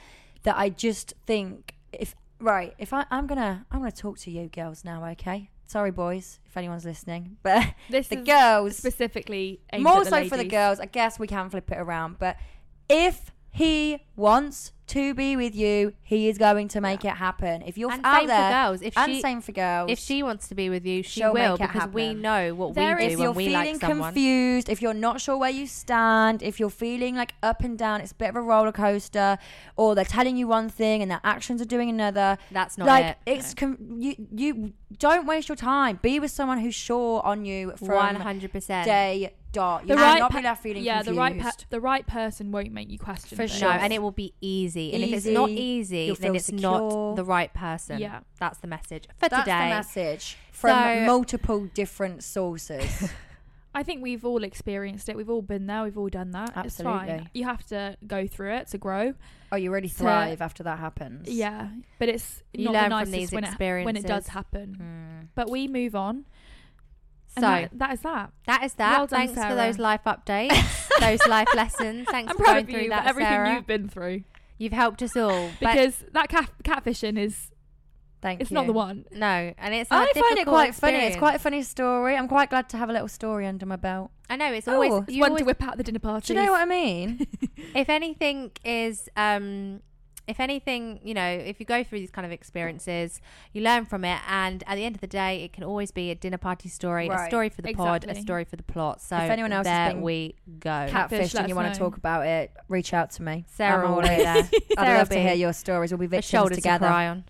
S2: That I just think if right, if I I'm gonna I'm gonna talk to you girls now, okay? Sorry, boys, if anyone's listening, [LAUGHS] but
S3: This
S2: the
S3: is
S2: girls
S3: specifically aimed
S2: more
S3: at the
S2: so for the
S3: ladies.
S2: girls. I guess we can flip it around, but if he wants to be with you, he is going to make it happen. If you're
S1: And
S2: out
S1: same for
S2: there,
S1: girls. If
S2: and
S1: she-
S2: same for girls.
S1: if she wants to be with you, she
S2: She'll
S1: will
S2: make it
S1: because we
S2: happen.
S1: know what
S3: There
S1: we
S3: is-
S1: do
S2: if you're
S1: when we
S2: feeling
S1: like someone.
S2: confused, if you're not sure where you stand, if you're feeling like up and down, it's a bit of a roller coaster, or they're telling you one thing and their actions are doing another.
S1: That's not
S2: like
S1: it.
S2: it's com- you. You don't waste your time. Be with someone who's sure on you
S1: One
S2: from
S1: hundred percent.
S2: day dot. You
S3: The
S2: should
S3: right
S2: not
S3: pe-
S2: be left feeling
S3: yeah,
S2: confused.
S3: the right pe- the right person won't make you question.
S2: For
S3: things.
S1: No,
S2: sure.
S1: and it will be easy. And if it's not
S2: Easy,
S1: easy,
S2: you'll
S1: then
S2: feel
S1: it's not
S2: secure.
S1: the right person.
S3: Yeah.
S1: that's the message for
S2: That's
S1: today.
S2: the message from
S1: So-
S2: multiple different
S1: [LAUGHS]
S2: sources.
S3: I think we've all experienced it. We've all been there. We've all done that. It's fine.
S2: Absolutely.
S3: You have to go through it to grow.
S2: oh, you really thrive after that happens.
S3: Yeah, but it's
S1: You
S3: not
S1: learn
S3: the nicest
S1: from these
S3: when it when it does
S1: experiences. Hmm.
S3: happen.
S2: Mm.
S3: But we move on.
S1: So
S3: And that, that is that.
S1: that is that.
S3: Well done,
S1: Thanks for
S3: Sarah.
S1: those life
S2: [LAUGHS]
S1: updates,
S3: [LAUGHS]
S1: those life lessons. Thanks
S3: I'm
S1: for
S3: proud
S1: going
S3: of
S1: through
S3: you
S1: that,
S3: for everything
S1: Sarah.
S3: you've been through
S1: You've helped us all. But
S3: because that cat, catfishing is
S2: Thank
S3: it's
S2: you.
S3: not the one.
S1: No, and it's. a
S2: I find it
S1: difficult
S2: quite funny. It's
S1: experience.
S2: quite a funny story. I'm quite glad to have a little story under my belt.
S1: I know it's
S2: Oh,
S1: always.
S2: it's
S3: It's
S1: you
S3: one
S1: always-
S3: to whip out the dinner party.
S2: Do you know what
S3: [LAUGHS]
S2: I mean?
S1: if anything is, um, if anything, you know, if you go through these kind of experiences, you learn from it, and at the end of the day, it can always be a dinner party story, a
S2: Right,
S1: story for the pod, a
S3: exactly.
S1: story for the plot. So
S2: If anyone else has
S1: there
S2: been
S1: we go.
S3: Cat-
S2: Catfish,
S3: Catfish, let
S2: and
S3: us
S2: you want
S3: know.
S2: to talk about it? Reach out
S3: [LAUGHS]
S2: to me.
S1: Sarah
S2: I'm all
S1: will
S2: ears.
S1: be there.
S2: [LAUGHS] I'd
S1: Sarah
S2: love to
S1: B.
S2: hear your stories. We'll be
S1: A
S2: victims
S1: shoulder
S2: together.
S1: to cry on.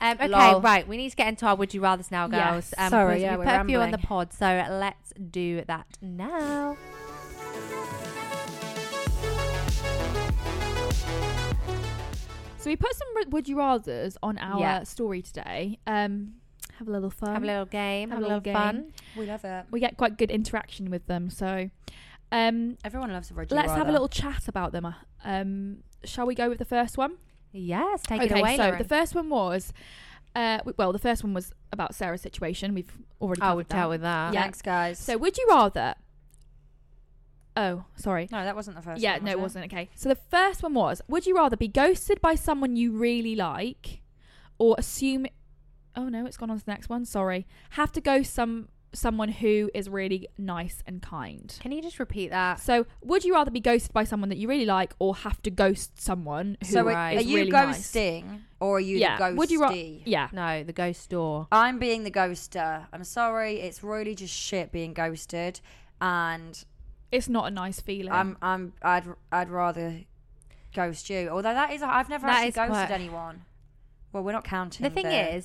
S1: Um, okay,
S2: Lol.
S1: right. We need to get into our would you rather's now, girls.
S3: Yes.
S1: Um,
S2: Sorry,
S1: because
S2: yeah,
S1: we
S2: we're
S1: put a few on the
S2: rambling.
S1: pod, so let's do that now.
S3: So we put some r- would you rather's on our
S2: Yeah.
S3: story today. Um, have a little fun.
S1: have a little game,
S3: have
S1: have,
S3: a
S1: a little
S3: little
S1: fun.
S2: We love it.
S3: we get quite good interaction with them. So, um,
S2: Everyone loves a virgin.
S3: let's have a little chat about them. Uh, Um, shall we go with the first one?
S1: Yes, take
S3: okay,
S1: it away.
S3: so
S1: Lauren.
S3: the first one was, uh, w- well, the first one was about Sarah's situation. We've already.
S1: I
S3: covered
S1: would
S3: that.
S1: Oh, tell with that.
S3: Yeah.
S2: Thanks, guys.
S3: So, would you rather? Oh, sorry.
S2: no, that wasn't the first.
S3: yeah,
S2: one,
S3: no,
S2: was
S3: it wasn't. Okay. So the first one was: Would you rather be ghosted by someone you really like, or assume? Oh no, it's gone on to the next one. Sorry. Have to go some someone who is really nice and kind.
S1: Can you just repeat that?
S3: So, would you rather be ghosted by someone that you really like, or have to ghost someone who is
S2: So, are,
S1: Right.
S2: are you
S3: really nice?
S2: ghosting or are you
S3: Yeah.
S2: the ghosty?
S3: Would you ra- Yeah.
S1: No, the ghost door.
S2: I'm being the ghoster. I'm sorry. It's really just shit being ghosted, and
S3: It's not a nice feeling. [LAUGHS]
S2: I'm I'm I'd I'd rather ghost you. Although that is I've never
S1: That
S2: actually
S1: is
S2: ghosted
S1: quite-
S2: anyone. Well, we're not counting.
S1: The thing is,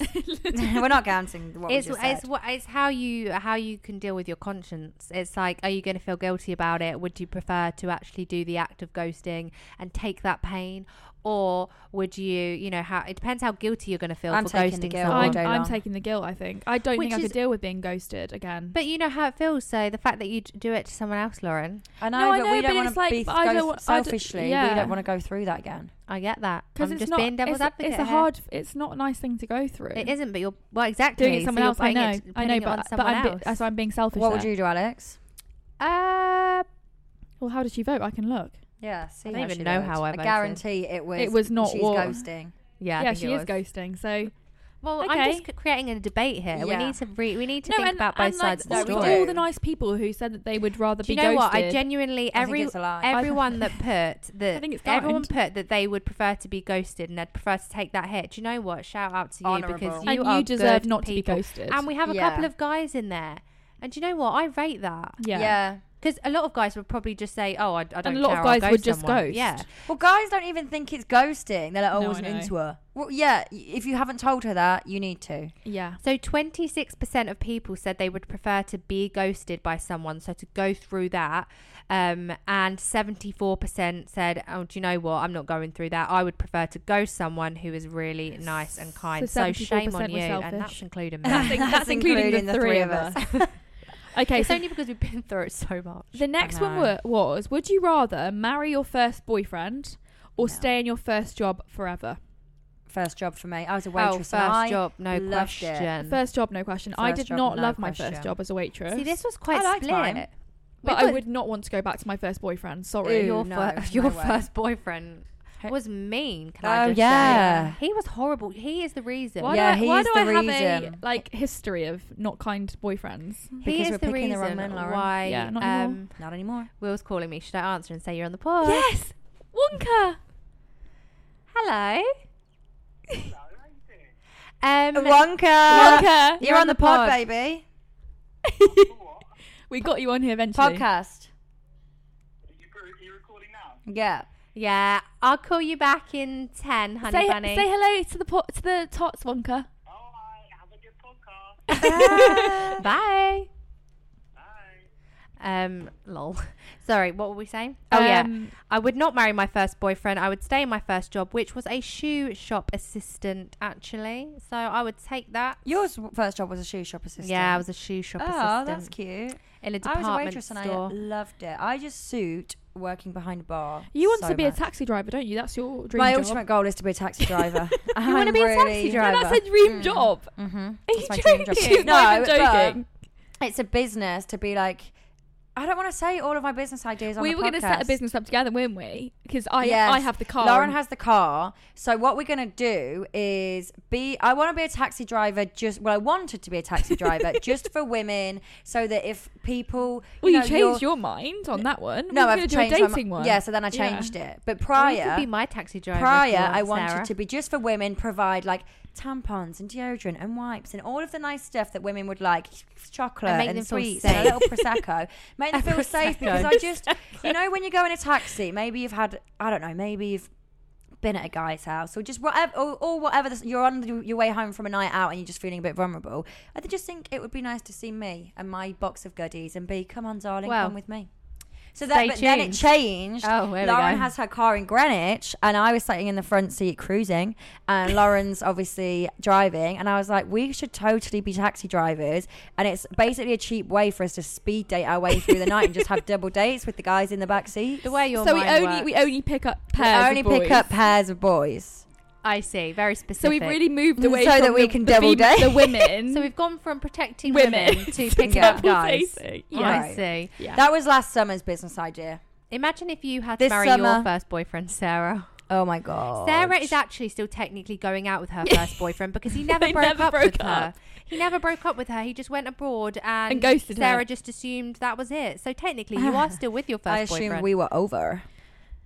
S2: [LAUGHS] we're not counting what
S1: it's
S2: we just
S1: it's
S2: said.
S1: what it's how you how you can deal with your conscience. It's like, are you going to feel guilty about it? Would you prefer to actually do the act of ghosting and take that pain, or would you, you know, how it depends how guilty you're going to feel
S2: I'm
S1: for
S2: taking the
S1: ghosting
S2: guilt.
S1: someone.
S3: I'm,
S2: day
S3: I'm
S2: long.
S3: taking the guilt. I think I don't
S1: Which
S3: think I
S1: is-
S3: could deal with being ghosted again.
S1: But you know how it feels. So the fact that you d- do it to someone else, Lauren,
S2: I know,
S3: No, I
S2: but
S3: know,
S2: we
S3: but
S2: don't want
S3: it's
S2: to
S3: like,
S2: be
S3: but I don't
S2: ghost-
S3: wa- I don't-
S2: selfishly. We
S3: yeah.
S2: don't want to go through that again.
S1: I get that.
S3: because
S1: I'm
S3: it's
S1: just
S3: not,
S1: being devil's
S3: it's,
S1: advocate.
S3: it's a
S1: here.
S3: hard. It's not a nice thing to go through.
S1: It isn't, but you're well exactly
S3: doing it to
S1: so
S3: someone
S1: you're
S3: else. I
S1: putting
S3: know.
S1: it-
S3: I
S1: putting
S3: know,
S1: it
S3: but,
S1: on
S3: but
S1: someone
S3: I'm, be-
S1: else.
S3: uh, so I'm being selfish.
S2: What
S3: there.
S2: would you do, Alex?
S1: Uh,
S3: Well, how did you vote? I can look.
S2: Yeah, see
S1: I don't
S2: how
S1: even
S2: she
S1: know
S2: voted.
S1: how I voted.
S2: guarantee it was.
S3: It was not
S2: She's
S3: war.
S2: ghosting.
S1: yeah, I
S3: yeah,
S1: think
S3: she
S1: it
S3: is
S1: was.
S3: ghosting. So
S1: Well, I'm
S3: Okay.
S1: just c- creating a debate here. We
S2: Yeah.
S1: need to re- we need to think
S3: and,
S1: about both
S3: and,
S1: sides
S3: like,
S1: of the
S2: we
S3: all,
S1: story.
S3: all the nice people who said that they would rather
S1: Do you
S3: be
S1: know
S3: ghosted.
S1: what? I genuinely
S2: I think
S1: every
S2: it's a lie.
S1: everyone that put that
S3: I think it's
S1: everyone
S3: kind.
S1: put that they would prefer to be ghosted and they'd prefer to take that hit. Do you know what? Shout out to you because
S2: Honourable.
S1: you
S3: and
S1: are
S3: you deserve
S1: good
S3: not to be
S1: people.
S3: ghosted.
S1: And we have a
S2: Yeah.
S1: couple of guys in there. And do you know what? I rate that
S3: yeah.
S1: because a lot of guys would probably just say, "Oh, I, I don't
S3: And a lot
S1: care,
S3: of
S1: I'll
S3: guys would
S1: ghost
S3: just
S1: someone."
S3: ghost.
S1: Yeah,
S2: Well, guys don't even think it's ghosting. They're like, "Oh, I
S3: No, I
S2: wasn't
S3: know.
S2: into her." Well, yeah. y- If you haven't told her that, you need to.
S3: Yeah.
S1: So 26% of people said they would prefer to be ghosted by someone, so to go through that. Um, and 74% said, "Oh, do you know what? I'm not going through that. I would prefer to ghost someone who is really nice and kind."
S3: So
S1: So, shame on
S3: 74% were
S1: you, and that's
S3: selfish.
S1: including me.
S3: That's,
S1: [LAUGHS]
S2: That's
S3: that's including,
S2: including
S3: the,
S2: the
S3: three,
S2: three
S3: of
S2: of
S3: us.
S2: [LAUGHS]
S3: okay,
S1: it's
S3: [LAUGHS] so
S1: only because we've been through it so much.
S3: the next one
S2: know.
S3: wa- was: Would you rather marry your first boyfriend or
S2: No.
S3: stay in your first job forever?
S2: First job for me. I was a
S1: Well,
S2: waitress.
S1: Oh, first
S2: and I,
S1: job, no
S2: loved it.
S1: question.
S3: First job, no question. I
S2: First
S3: did
S2: job,
S3: not
S2: no
S3: love my
S2: question.
S3: first job as a waitress.
S1: See, this was quite
S2: I liked
S1: split.
S2: mine.
S3: but
S1: We
S3: I
S1: put-
S3: would not want to go back to my first boyfriend. Sorry.
S2: Ew,
S1: your
S2: no,
S1: fir-
S2: no
S1: [LAUGHS] your
S2: way.
S1: first boyfriend
S2: Who-
S1: was mean. Can
S2: Oh,
S1: I just say?
S2: yeah.
S1: he was horrible. He is the reason.
S3: Why
S2: Yeah,
S3: do I, why
S2: he's
S3: do I
S2: the
S3: have a
S2: reason.
S3: like history of not kind boyfriends?
S1: He
S2: Because
S1: is
S2: we're
S1: the
S2: picking
S1: reason
S2: the wrong men, Lauren.
S1: why
S3: Yeah, not anymore.
S1: um,
S2: Not anymore.
S1: Will's calling me. Should I answer and say you're on the pod?
S3: Yes, Wonka.
S1: Hello. [LAUGHS] um,
S2: Wonka.
S3: Wonka.
S2: You're on the pod, baby.
S3: we got you on here eventually.
S2: Podcast.
S5: You're recording now?
S2: Yeah.
S1: Yeah, I'll call you back in ten, honey
S3: Say,
S1: bunny.
S3: say hello to the po- to the tots, Wonka.
S5: All right. Have a good podcast.
S1: Bye.
S5: Bye.
S1: Um, lol. [LAUGHS] Sorry, what were we saying? Oh yeah,
S3: Um,
S1: I would not marry my first boyfriend. I would stay in my first job, which was a shoe shop assistant, actually. So I would take that.
S2: Yours w- first job was a shoe shop assistant.
S1: Yeah, I was a shoe shop
S2: Oh,
S1: assistant
S2: that's cute.
S1: in a
S2: I
S1: department
S2: was a waitress
S1: store.
S2: and I loved it. I just suit working behind a bar.
S3: You want
S2: so
S3: to be
S2: much.
S3: a taxi driver, don't you? That's your dream
S2: My
S3: job.
S2: ultimate goal is to be
S3: [LAUGHS]
S2: a taxi driver.
S1: You wanna
S2: I'm
S1: be a taxi
S2: really-
S1: driver?
S3: No, that's a dream job.
S2: Mhm.
S3: Are you
S2: That's my dream
S3: joking? [LAUGHS]
S2: job.
S3: She's not even
S2: [LAUGHS] No, but-
S3: joking.
S2: It's a business to be like. I don't want to say all of my business ideas on
S3: We
S2: the
S3: were going to set a
S2: podcast.
S3: business up together, weren't we? Because I
S2: Yes.
S3: I have the car.
S2: Lauren
S3: and-
S2: has the car. So what we're gonna do is be. I want to be a taxi driver. Just well, I wanted to be a
S3: [LAUGHS]
S2: taxi driver just for women, so that if people,
S3: Well, you,
S2: know, you're-
S3: changed your mind on that one.
S2: No,
S3: we
S2: I've
S3: going to do a
S2: changed my
S3: dating
S2: mi-
S3: one.
S2: Yeah, so then I
S3: Yeah.
S2: changed it. But
S1: Or Oh, you
S2: prior,
S1: could be my taxi driver. if you
S2: prior,
S1: want,
S2: I wanted
S1: Sarah.
S2: to be just for women. Provide like tampons and deodorant and wipes and all of the nice stuff that women would like, chocolate
S1: And make
S2: and,
S1: them feel
S2: sweets and a
S1: safe.
S2: little prosecco. Make them
S1: [LAUGHS] A
S2: feel safe because
S1: Prosecco.
S2: I just,
S3: [LAUGHS]
S2: you know, when you go in a taxi, maybe you've had, I don't know, maybe you've been at a guy's house or just whatever or, or whatever this, you're on your- your way home from a night out and you're just feeling a bit vulnerable i just think it would be nice to see me and my box of goodies and be come on darling
S1: Well,
S2: come with me So that,
S1: Stay
S2: but then it
S1: tuned.
S2: changed.
S1: Oh, here we
S2: Lauren
S1: go.
S2: has her car in Greenwich, and I was sitting in the front seat cruising, and Lauren's obviously driving, and I was like, we should totally be taxi drivers, and it's basically a cheap way for us to speed date our way through the night and just
S1: [LAUGHS]
S2: have double dates with the guys in the back seat.
S1: The way your
S3: so we
S1: mind
S3: only
S1: works.
S3: we only pick up
S2: We
S3: pairs.
S2: only
S3: of
S2: pick up
S3: boys.
S2: pairs of boys.
S1: I see. Very specific.
S3: So we've really moved away
S2: Mm. So
S3: from
S2: that we
S3: the-
S2: can
S3: the
S2: double
S3: fem-
S2: date.
S3: the
S2: [LAUGHS]
S3: women.
S1: So we've gone from protecting women,
S3: [LAUGHS] Women.
S1: to picking
S2: Yeah.
S1: up guys.
S3: Dating.
S1: Yeah,
S3: Yeah.
S1: I see.
S3: Yeah.
S2: That was last summer's business idea.
S1: Imagine if you had
S2: This
S1: to marry your
S2: summer-
S1: first boyfriend, Sarah.
S2: Oh my god.
S1: Sarah is actually still technically going out with her first boyfriend because he never
S3: They
S1: broke
S3: never
S1: up
S3: broke
S1: with her.
S3: up.
S1: He never broke up with her. He just went abroad and,
S3: And ghosted her.
S1: Sarah just assumed that was it. So technically, you are still with your first
S2: I assumed
S1: boyfriend.
S2: we were over.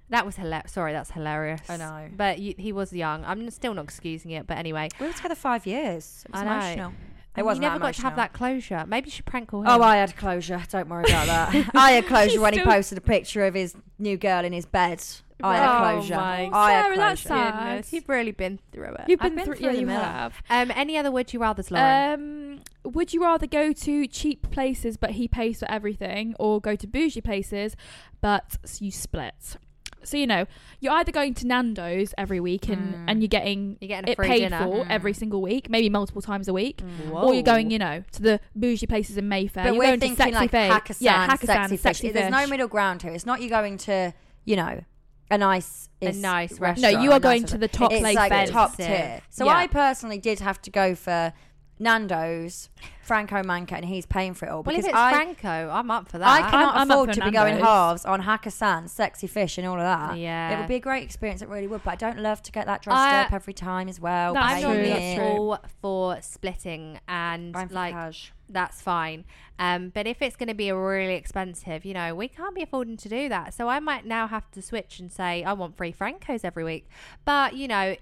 S1: that was hilarious. Sorry, that's hilarious.
S2: I know.
S1: but you, he was young. I'm still not excusing it. But anyway,
S2: We were together five years. It was
S1: I know.
S2: emotional. It
S1: And
S2: wasn't
S1: you never
S2: that
S1: got to have
S2: emotional.
S1: that closure. Maybe you should prank call him.
S2: Oh, I had closure. Don't worry about that. I had closure
S3: She's
S2: when he
S3: still-
S2: posted a picture of his new girl in his bed. I had
S1: Oh
S2: closure.
S1: my
S2: I
S3: Sarah,
S2: had closure.
S3: that's sad.
S1: Goodness, you've really been through it.
S3: You've
S2: I've
S3: been,
S2: been
S3: through,
S2: through
S3: yeah,
S2: the
S3: you
S2: mill.
S3: have.
S1: Um, any other would you rather's, Lauren?
S3: Um, would you rather go to cheap places but he pays for everything, or go to bougie places but s- you split? So you know you're either going to Nando's every week and,
S2: Mm.
S3: and you're getting
S1: You're getting a
S3: it
S1: free
S3: paid
S1: dinner. Hmm.
S3: for
S2: Mm.
S3: every single week, maybe multiple times a week,
S2: Mm.
S3: or you're going you know to the bougie places in Mayfair.
S2: But
S3: you're
S2: we're
S3: going to
S2: thinking
S3: sexy
S2: like
S3: Fe-
S2: Hakkasan,
S3: yeah, Hakkasan,
S2: sexy, fish. There's no
S3: Fish.
S2: middle ground here. It's not you going to, you know, a nice,
S1: A
S2: is-
S1: nice
S3: No,
S1: restaurant.
S3: you are
S2: a nice
S3: going to
S2: restaurant.
S3: the top
S2: it's
S3: place
S2: like
S1: fancy.
S2: top tier. So
S3: Yeah.
S2: I personally did have to go for Nando's, Franco Manca, and he's paying for it all
S1: well, if
S2: because
S1: it's
S2: I.
S1: Franco, I'm up for
S2: I
S1: that.
S2: cannot
S3: I'm- I'm up
S2: afford
S3: for
S2: to be going
S3: Nando's.
S2: halves on Hakkasan, sexy fish, and all of that.
S1: Yeah.
S2: it would be a great experience. It really would, but I don't love to get that dressed
S1: I-
S2: up every time as well.
S3: That's
S1: I'm
S2: pay
S3: true,
S2: me.
S1: normally
S3: that's true.
S1: all for splitting, and
S2: I'm for
S1: like
S2: cash.
S1: that's fine. Um, but if it's going to be really expensive, you know, we can't be affording to do that. So I might now have to switch and say I want free francos every week. But you know,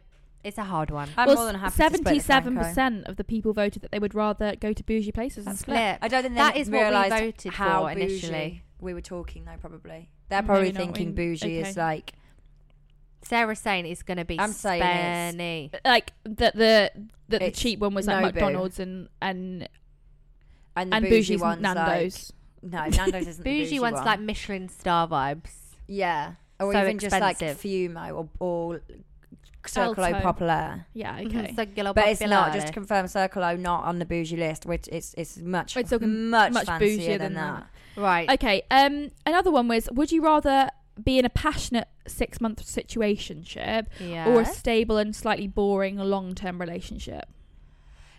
S1: it's a hard one.
S2: I'm
S3: well,
S2: more than happy.
S3: Seventy-seven
S2: to split the Franco.
S3: percent of the people voted that they would rather go to bougie places and split.
S1: Split.
S2: I don't think
S1: that
S2: they
S1: is what we
S2: realised
S1: voted
S2: how
S1: for initially.
S2: bougie We were talking though, probably. They're
S3: Maybe
S2: probably
S3: not,
S2: thinking
S3: we-
S2: bougie is
S3: okay.
S2: like
S1: Sarah's saying it's going to be
S2: I'm
S1: I'm
S2: saying it's-
S3: Like the the the, the
S2: It's
S3: cheap one was like
S2: no boo.
S3: McDonald's and and
S2: and the
S3: and
S2: bougie
S3: bougie's
S2: ones
S3: Nando's.
S2: Like, no, Nando's isn't the
S1: Bougie, one's
S2: one.
S1: like Michelin star vibes.
S2: yeah, or
S1: so
S2: even just like
S1: expensive.
S2: Fumo or, or Circolo
S3: Alto.
S2: Popolare.
S3: yeah,
S1: Mhm. [LAUGHS]
S3: okay.
S1: Singular
S2: But it's not.
S1: popular.
S2: Just to confirm, Circolo not on the bougie list, which it's it's much
S3: It's looking
S2: much,
S3: much
S2: fancier
S3: bougier
S2: than
S3: than
S2: that.
S1: right.
S3: okay. Um, another one was: Would you rather be in a passionate six-month situationship
S1: yeah.
S3: or a stable and slightly boring long-term relationship?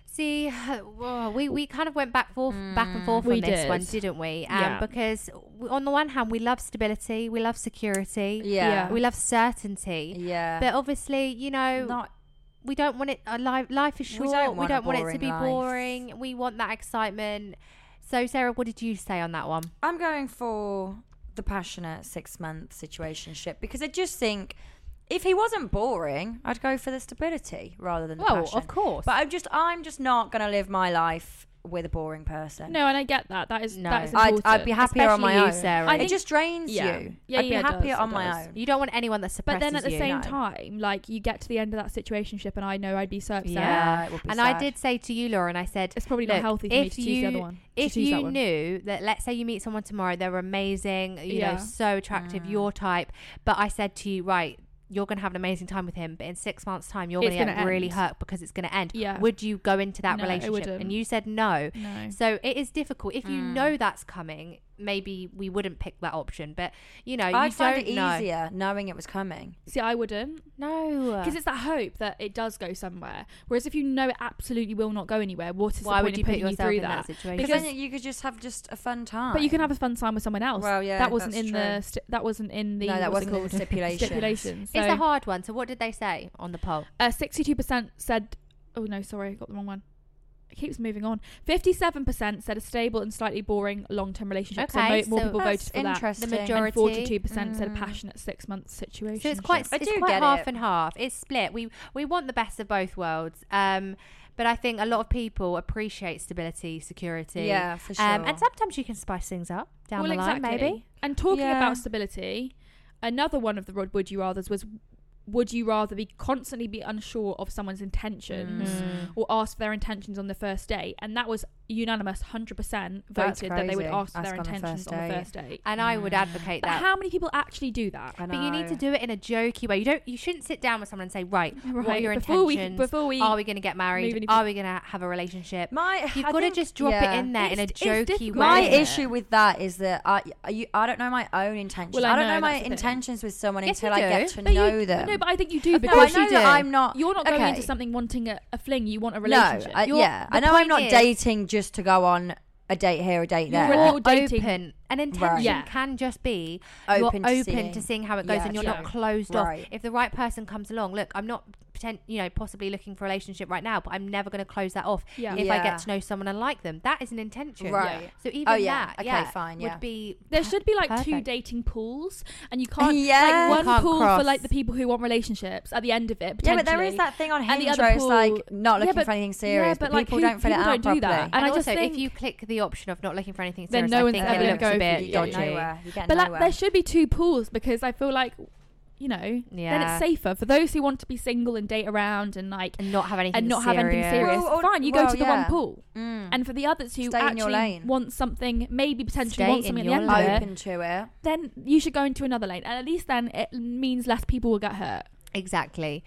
S1: See, [LAUGHS] well, we, we kind of went back forth, back and forth
S3: We
S1: on this
S3: did.
S1: one, didn't we? Um,
S3: Yeah.
S1: Because we, on the one hand, we love stability, we love security,
S2: Yeah,
S3: Yeah.
S1: we love certainty.
S2: yeah.
S1: But obviously, you know,
S2: not
S1: we don't want it. Our life, life is
S2: We
S1: short.
S2: don't
S1: We don't,
S2: want a
S1: want it to
S2: boring
S1: be
S2: life.
S1: boring. We want that excitement. So, Sarah, what did you say on that one?
S2: I'm going for the passionate six month situationship because I just think if he wasn't boring, I'd go for the stability rather than the
S1: Well,
S2: passion.
S1: of course.
S2: But I'm just I'm just not gonna live my life with a boring person.
S3: No, and I get that. That is
S1: No.
S3: that is
S2: I'd,
S3: important.
S2: I'd be happier on
S1: Especially
S2: my
S1: you,
S2: own.
S1: Sarah.
S3: I
S2: it
S3: think-
S2: just drains
S3: yeah.
S2: you.
S3: Yeah, yeah,
S2: I'd be
S3: it
S2: happier
S3: does,
S2: on
S3: it
S2: my
S3: does.
S2: own.
S1: You don't want anyone that
S3: But
S1: suppresses
S3: then at the
S1: you.
S3: same
S2: No.
S3: time, like you get to the end of that situationship, and I know I'd be so upset.
S1: Yeah.
S2: it would be
S1: and I
S2: sad.
S1: did say to you, Lauren, I said,
S3: It's probably
S1: Look,
S3: not healthy for me
S1: if
S3: to choose the
S1: you-
S3: other one. to
S1: if
S3: choose
S1: you
S3: that one.
S1: knew that let's say you meet someone tomorrow they're amazing you
S3: Yeah.
S1: know so attractive
S2: Mm.
S1: your type but i said to you right you're going to have an amazing time with him but in six months time you're going
S3: It's
S1: to get
S3: gonna
S1: really
S3: end.
S1: hurt because it's going to end
S3: Yeah.
S1: would you go into that
S3: No, I
S1: relationship
S3: wouldn't.
S1: and you said no
S3: no.
S1: so it is difficult if you
S2: Mm.
S1: know that's coming maybe we wouldn't pick that option but you know
S2: I'd
S1: you
S2: find
S1: don't
S2: it
S1: know
S2: easier knowing it was coming.
S3: See, I wouldn't.
S1: no
S3: Because it's that hope that it does go somewhere. Whereas if you know it absolutely will not go anywhere, what is
S1: why
S3: the
S1: would
S3: point
S1: you
S3: of
S1: put
S3: putting you
S1: yourself
S3: through
S1: in
S3: that?
S1: that situation
S2: Because
S3: Because-
S2: then you could just have just a fun time.
S3: But you can have a fun time with someone else.
S2: Well, yeah,
S3: that wasn't in the
S2: that's
S3: sti- that wasn't in [LAUGHS] the
S2: No, that
S3: what's it
S2: wasn't in the
S3: called?
S2: stipulations.
S3: stipulations.
S1: it's
S3: So,
S1: a hard one so what did they say on the poll
S3: uh, sixty-two percent said. Oh no, sorry, I got the wrong one. It keeps moving on. Fifty-seven percent said a stable and slightly boring long-term relationship.
S1: Okay,
S3: so mo- more
S1: so
S3: people voted
S2: That's
S3: for that.
S2: interesting.
S1: majority-
S3: And forty-two percent said a
S2: Mm.
S3: passionate six-month situation.
S1: So it's quite
S2: I
S1: it's
S2: do
S1: quite
S2: get
S1: half
S2: it.
S1: and half. It's split. We we want the best of both worlds. Um, but I think a lot of people appreciate stability, security.
S2: Yeah, for sure.
S1: Um, and sometimes you can spice things up down the line, maybe.
S3: And talking
S2: Yeah.
S3: about stability, another one of the Rod Would You Rather's was would you rather be constantly be unsure of someone's intentions
S1: Mm.
S3: or ask for their intentions on the first date? And that was unanimous, hundred percent
S2: That's
S3: voted that they would
S2: crazy.
S3: ask for their
S2: Ask on the
S3: intentions
S2: first
S3: on the
S2: date.
S3: first date.
S1: And I would advocate
S3: But
S1: that.
S3: how many people actually do that?
S2: I
S1: but you need
S2: know.
S1: to do it in a jokey way. You don't. You shouldn't sit down with someone and say, "Right, what are your
S3: before
S1: intentions?
S3: we before we
S1: are we going to get
S3: move
S1: married?
S3: any-
S1: Are we going to have a relationship?"
S2: My,
S1: You've
S2: I
S1: got to
S2: think-
S1: just drop
S2: yeah.
S1: it in there in a
S3: It's- it's
S1: jokey way.
S3: difficult,
S2: My
S3: isn't it?
S2: issue with that is that I you, I don't know my own intentions.
S3: Well, I
S2: I, don't
S3: know,
S2: know my
S3: that's the thing.
S2: intentions with someone
S1: Yes,
S2: until I
S1: you
S2: get
S1: do.
S2: to
S3: But you-
S2: know them.
S3: No, but I think you do
S1: Of
S2: no, I
S3: because
S1: course
S2: know
S1: you
S2: that
S1: do.
S2: I'm not.
S3: you're not going
S2: okay.
S3: into something wanting a, a fling. You want a
S2: No,
S3: relationship.
S2: I,
S1: You're-
S2: yeah,
S1: the
S2: I know I'm
S1: point
S2: not
S1: is-
S2: dating just to go on a date here, a date
S3: You're
S2: there.
S3: Or
S1: Or
S3: dating.
S1: open. An intention
S3: Yeah.
S1: can just be
S2: Open
S1: you're
S2: to
S1: open to
S2: seeing.
S1: seeing how it goes,
S2: Yeah,
S1: and you're not
S3: sure.
S1: closed off.
S2: Right.
S1: If the right person comes along, look, I'm not pretend, you know, possibly looking for a relationship right now, but I'm never going to close that off.
S3: Yeah.
S1: If I
S2: Yeah.
S1: get to know someone and like them, that is an intention.
S2: Right.
S1: So even
S2: Oh, yeah.
S1: that,
S2: Okay,
S1: yeah,
S2: fine, yeah.
S1: would be
S3: There should be like two
S1: Ah, Perfect.
S3: dating pools, and you can't like
S2: Yeah. You
S3: one
S1: can't
S3: pool for
S1: cross.
S3: like the people who want relationships at the end of it.
S2: Yeah, but there is
S3: potentially.
S2: that thing on
S3: And the
S2: Hinge
S3: other
S2: where it's
S3: pool-
S2: like not
S3: Yeah,
S2: looking
S3: but-
S2: for anything
S3: yeah,
S2: serious, but,
S3: but, like,
S2: people
S3: who-
S2: don't fill it
S3: people
S2: out
S3: don't do
S2: properly.
S3: that. And
S1: And
S3: I
S1: also,
S3: just think-
S1: if you click the option of not looking for anything
S3: Then
S1: serious,
S3: no
S1: I
S3: one's
S1: think
S3: ever
S1: it looks
S3: gonna
S1: a
S3: go for you.
S1: bit
S2: you
S3: Yeah,
S2: get
S1: dodgy.
S3: yeah.
S2: nowhere. You get
S3: But like,
S2: nowhere.
S3: there should be two pools because I feel like, you know, then
S1: Yeah.
S3: it's safer for those who want to be single and date around and like
S1: and not have anything
S3: and not have anything serious.
S2: Well, or-
S3: Fine, you go
S2: well,
S3: to the
S2: yeah.
S3: one pool.
S2: Mm.
S3: And for the others who
S2: Stay in your
S3: actually
S2: lane.
S3: want something, maybe potentially
S1: Stay
S3: want
S1: in
S3: something
S1: your
S3: at the end of it,
S2: open to it.
S3: then you should go into another lane. And at least then it means less people will get hurt.
S1: Exactly.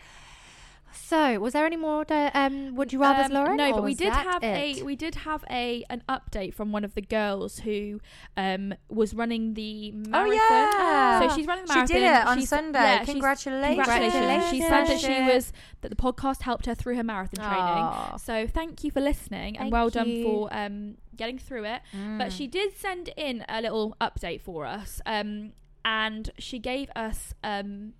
S1: So, was there any more? da- Um, would you rather,
S3: Um,
S1: Lauren?
S3: No,
S1: or
S3: but we
S1: was
S3: did
S1: that
S3: have
S1: it?
S3: a we did have a an update from one of the girls who um was running the
S1: Oh,
S3: marathon.
S2: yeah.
S3: so she's running the
S2: She
S3: marathon.
S2: did it on
S3: She's-
S2: Sunday.
S3: yeah, she's-
S2: Congratulations.
S3: Congratulations. She said that she
S2: Congratulations.
S3: was that the podcast helped her through her marathon training.
S1: Aw.
S3: So thank you for listening and
S1: Thank
S3: well done
S1: you. Mm.
S3: for um getting through it. But she did send in a little update for us. Um and she gave us um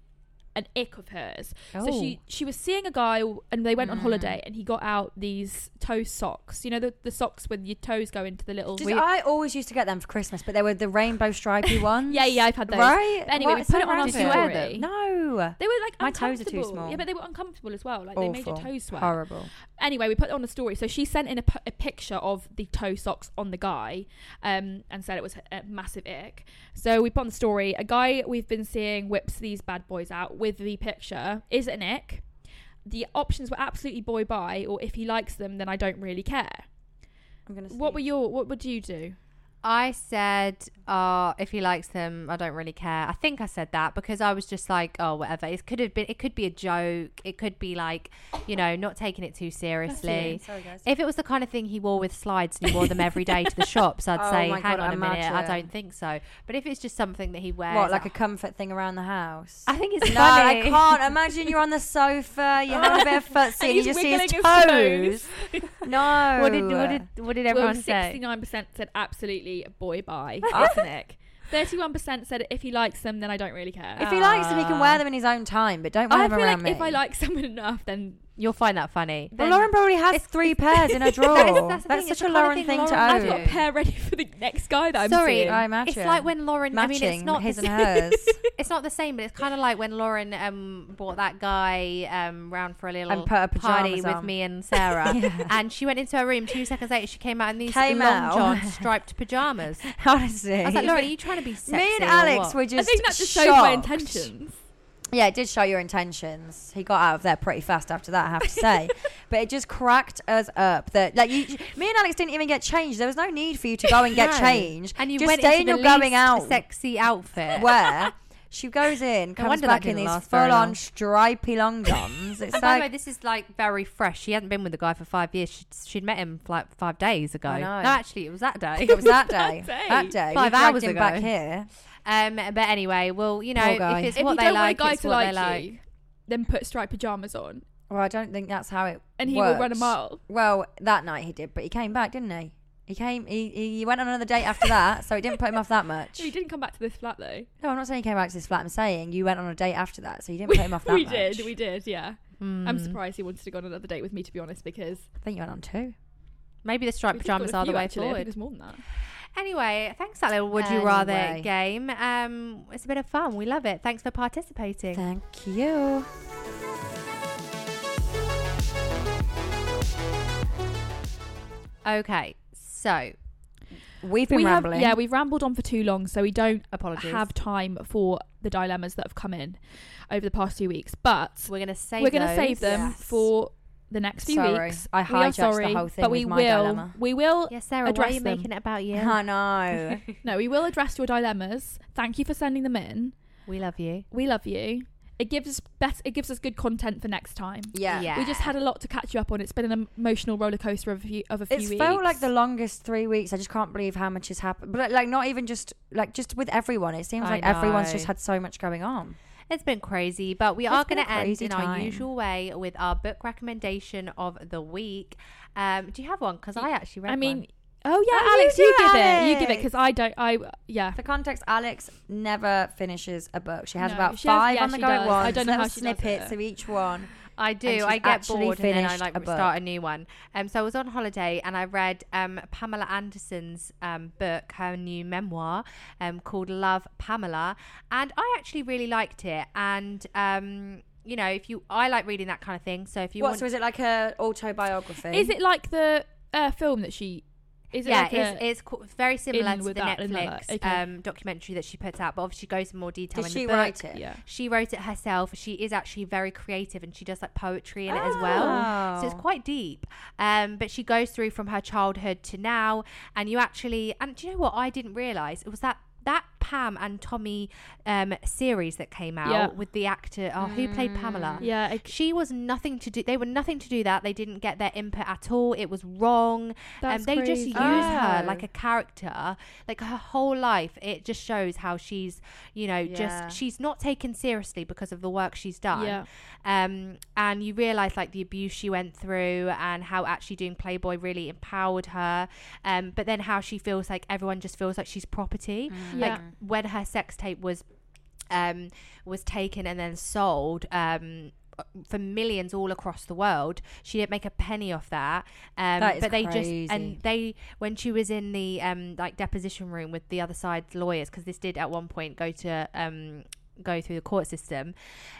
S3: an ick of hers. So
S2: Oh.
S3: she she was seeing a guy w- and they
S2: Mm.
S3: went on holiday and he got out these toe socks. You know the, the socks with your toes go into the little
S2: Did I always used to get them for Christmas, but they were the rainbow stripy ones.
S3: Yeah, yeah, I've had those.
S2: Right?
S3: But anyway,
S2: Why-
S3: we
S2: so
S3: put it on our
S2: random. Did you wear
S3: story.
S2: No.
S3: They were like
S2: My toes are too
S3: uncomfortable.
S2: small.
S3: Yeah, but they were uncomfortable as well. Like they made your
S2: Awful.
S3: toes swell.
S2: Horrible.
S3: anyway, we put it on the story. So she sent in a, p- a picture of the toe socks on the guy um, and said it was a massive ick. So we put on the story a guy we've been seeing whips these bad boys out with the picture. Is it an ick? The options were absolutely boy by, or if he likes them, then I don't really care.
S2: I'm gonna.
S3: What were your? What would you do?
S1: I said, "Oh, if he likes them, I don't really care." I think I said that because I was just like, "Oh, whatever." It could have been. It could be a joke. It could be like, you know, not taking it too seriously.
S2: Sorry, guys.
S1: If it was the kind of thing he wore with slides and he wore them every
S2: [LAUGHS]
S1: day to the shops, I'd
S2: Oh
S1: say,
S2: my
S1: "Hang
S2: God,
S1: on a minute, I
S2: imagine.
S1: don't think so." But if it's just something that he wears,
S2: What, like
S1: I
S2: a comfort thing around the house?
S1: [LAUGHS] I think it's
S2: no,
S1: funny.
S2: I can't. Imagine you're on the sofa, you're having a bit
S1: [LAUGHS]
S2: of footsie, and you
S3: he's
S2: just see his
S3: wiggling
S2: toes.
S3: his
S2: [LAUGHS] no.
S1: What did what did what did
S3: Well,
S1: everyone say?
S3: sixty-nine percent said absolutely boy by. It's an ick. Thirty-one percent said if he likes them, then I don't really care.
S2: If he likes them, he can
S1: Ah.
S2: wear them in his own time, but don't wear
S3: I
S2: them
S3: feel
S2: around
S3: like
S2: me.
S3: if I like someone enough, then
S1: You'll find that funny.
S2: But Lauren probably has three pairs
S1: [LAUGHS]
S2: in her drawer.
S1: That
S2: That
S1: is-
S2: is,
S1: that's the thing, it's
S2: such
S1: the
S2: a
S1: kind of
S2: Lauren
S1: thing
S2: thing to
S1: Lauren-
S2: own.
S1: I've
S3: I've got a pair ready for the next guy that I'm
S1: Sorry,
S3: seeing.
S2: I match
S1: It's
S2: it.
S1: like when Lauren.
S2: Matching
S1: I mean, it's not
S2: his and
S1: the,
S2: hers.
S1: It's not the same, but it's kind of like when Lauren um, brought that guy um, round for a little
S2: And put her
S1: party
S2: pyjamas
S1: with
S2: on.
S1: me and
S2: [LAUGHS]
S1: Sarah,
S2: Yeah.
S1: and she went into her room two seconds later. She came out in these
S2: Came
S1: long
S2: out. [LAUGHS]
S1: john striped pajamas. [LAUGHS]
S2: Honestly.
S1: I was like, Lauren, are you trying to be sexy?
S2: me and
S1: or
S2: Alex
S1: what?"
S2: were just
S3: I think that just
S2: shocked.
S3: shows my intentions.
S2: Yeah, it did show your intentions. He got out of there pretty fast after that, I have to
S1: [LAUGHS]
S2: say. but it just cracked us up that like you, me and Alex didn't even get changed. There was no need for you to go and get
S1: [LAUGHS] No.
S2: changed.
S1: and you
S2: just
S1: went
S2: stay
S1: into
S2: in
S1: the
S2: your
S1: least
S2: going out
S1: sexy outfit.
S2: where she goes in, comes
S1: wonder that
S2: back in
S1: didn't
S2: these
S1: last very
S2: full on
S1: long.
S2: stripy long
S1: [LAUGHS]
S2: johns. It's
S1: and by the way,
S2: like
S1: this is like very fresh. She hadn't been with the guy for five years. She'd, she'd met him like five days ago.
S2: I know.
S1: No, actually, it was [LAUGHS] that day.
S2: it was that day.
S3: That day.
S2: That day.
S1: Five
S2: we dragged
S1: hours
S2: him
S1: ago.
S2: back here.
S1: Um, but anyway, well, you know,
S2: Poor guy.
S1: if it's
S3: If
S1: what
S3: you
S1: they
S3: don't
S1: like,
S3: want a guy
S1: it's
S3: to
S1: what they
S3: like,
S1: like.
S3: you, then put striped pajamas on,
S2: Well, I don't think that's how it
S3: and he will run a
S2: works.
S3: mile.
S2: Well, that night he did, but he came back, didn't he? He came. He, he went on another date after that, so it didn't put him off that much.
S1: [LAUGHS]
S3: No, he didn't come back to this flat though.
S2: No, I'm not saying he came back to this flat. I'm saying you went on a date after that, so you didn't put him off
S3: [LAUGHS]
S2: that
S3: we
S2: much.
S3: did, we did, yeah. I'm
S1: Mm.
S3: surprised he wanted to go on another date with me, to be honest, because
S2: I think you went on two.
S1: Maybe the striped
S3: we think we've got
S1: pajamas
S3: a
S1: are the
S3: few,
S1: way
S3: actually. I think
S1: forward.
S3: there's more than that.
S1: Anyway, thanks that little would you rather
S2: Anyway.
S1: game. Um, it's a bit of fun. We love it. Thanks for participating.
S2: Thank you.
S1: Okay, so
S2: We've been
S3: we have-
S2: rambling.
S3: yeah, we've rambled on for too long, so we don't
S1: Apologies.
S3: have time for the dilemmas that have come in over the past few weeks. But
S1: we're gonna save.
S3: we're going to
S1: those.
S3: save them
S2: Yes.
S3: for the next few
S2: Sorry.
S3: weeks.
S2: I
S3: We are
S2: hijacked
S3: sorry,
S2: the whole thing
S3: but
S2: with
S3: we
S2: my
S3: will.
S2: dilemma.
S3: We will.
S1: Yeah, Sarah, why
S3: Address
S1: are you
S3: them.
S1: making it about you?
S3: [LAUGHS]
S2: I know.
S3: No, we will address your dilemmas. Thank you for sending them in.
S1: We love you.
S3: We love you. It gives us bet- It gives us good content for next time.
S2: yeah.
S1: Yeah.
S3: We just had a lot to catch you up on. It's been an emotional roller coaster of a few of a few
S2: It's
S3: weeks.
S2: felt like the longest three weeks. I just can't believe how much has happened. But like, like, not even just like just with everyone. It seems
S1: I
S2: like everyone's
S1: know.
S2: just had so much going on.
S1: It's been crazy, but we
S2: It's
S1: are
S2: been
S1: going to
S2: a
S1: end
S2: crazy
S1: in our
S2: time.
S1: usual way with our book recommendation of the week. Um, do you have one? Because I actually read.
S3: I mean,
S1: one.
S3: oh yeah,
S2: Oh, you
S3: Alex,
S2: do,
S3: you, give it. You give it
S2: Alex.
S3: because I don't. I yeah.
S2: For context, Alex never finishes a book. She has
S3: No,
S2: about
S3: she has-
S2: five
S3: yeah,
S2: on the
S3: she
S2: go
S3: does.
S2: at
S3: I
S2: once.
S3: don't know
S2: little
S3: how she does it.
S2: snippets of each one.
S1: I do.
S2: she's
S1: I get
S2: actually
S1: bored and then I
S2: finished
S1: like
S2: a book.
S1: start a new one. Um, so I was on holiday and I read um, Pamela Anderson's um, book, her new memoir, um, called Love Pamela, and I actually really liked it. And um, you know, if you, I like reading that kind of thing. So if you
S2: what?
S1: want,
S2: So is it like a autobiography?
S3: Is it like the uh, film that she? Is it
S1: yeah,
S3: like
S1: it's,
S3: a-
S1: it's qu- very similar
S3: in
S1: to the
S3: with that, in with
S1: Netflix
S3: that, okay.
S1: um, documentary that she puts out, but obviously goes in more detail.
S2: Did
S1: in
S2: she
S1: the book.
S2: write it?
S3: yeah.
S1: She wrote it herself. She is actually very creative, and she does like poetry in it as
S3: Ah.
S2: Oh.
S1: well. So it's quite deep. Um, but she goes through from her childhood to now, and you actually and do you know what I didn't realize it was that. That Pam and Tommy um, series that came out
S3: Yeah.
S1: with the actor oh, who played Pamela.
S2: Mm.
S3: Yeah, I-
S1: she was nothing to do. They were nothing to do that. They didn't get their input at all. It was wrong. And
S3: That's
S1: Um, they just
S3: crazy. Ah,
S1: use her
S2: Oh.
S1: like a character. Like her whole life, it just shows how she's, you know,
S2: Yeah.
S1: just she's not taken seriously because of the work she's done.
S3: Yeah.
S1: Um, and you realize like the abuse she went through and how actually doing Playboy really empowered her. Um, but then how she feels like everyone just feels like she's property. Like
S3: Yeah.
S1: when her sex tape was um, was taken and then sold um, for millions all across the world. She didn't make a penny off that. Um,
S2: That is
S1: but they
S2: crazy.
S1: just and they when she was in the um, like deposition room with the other side's lawyers because this did at one point go to um, go through the court system.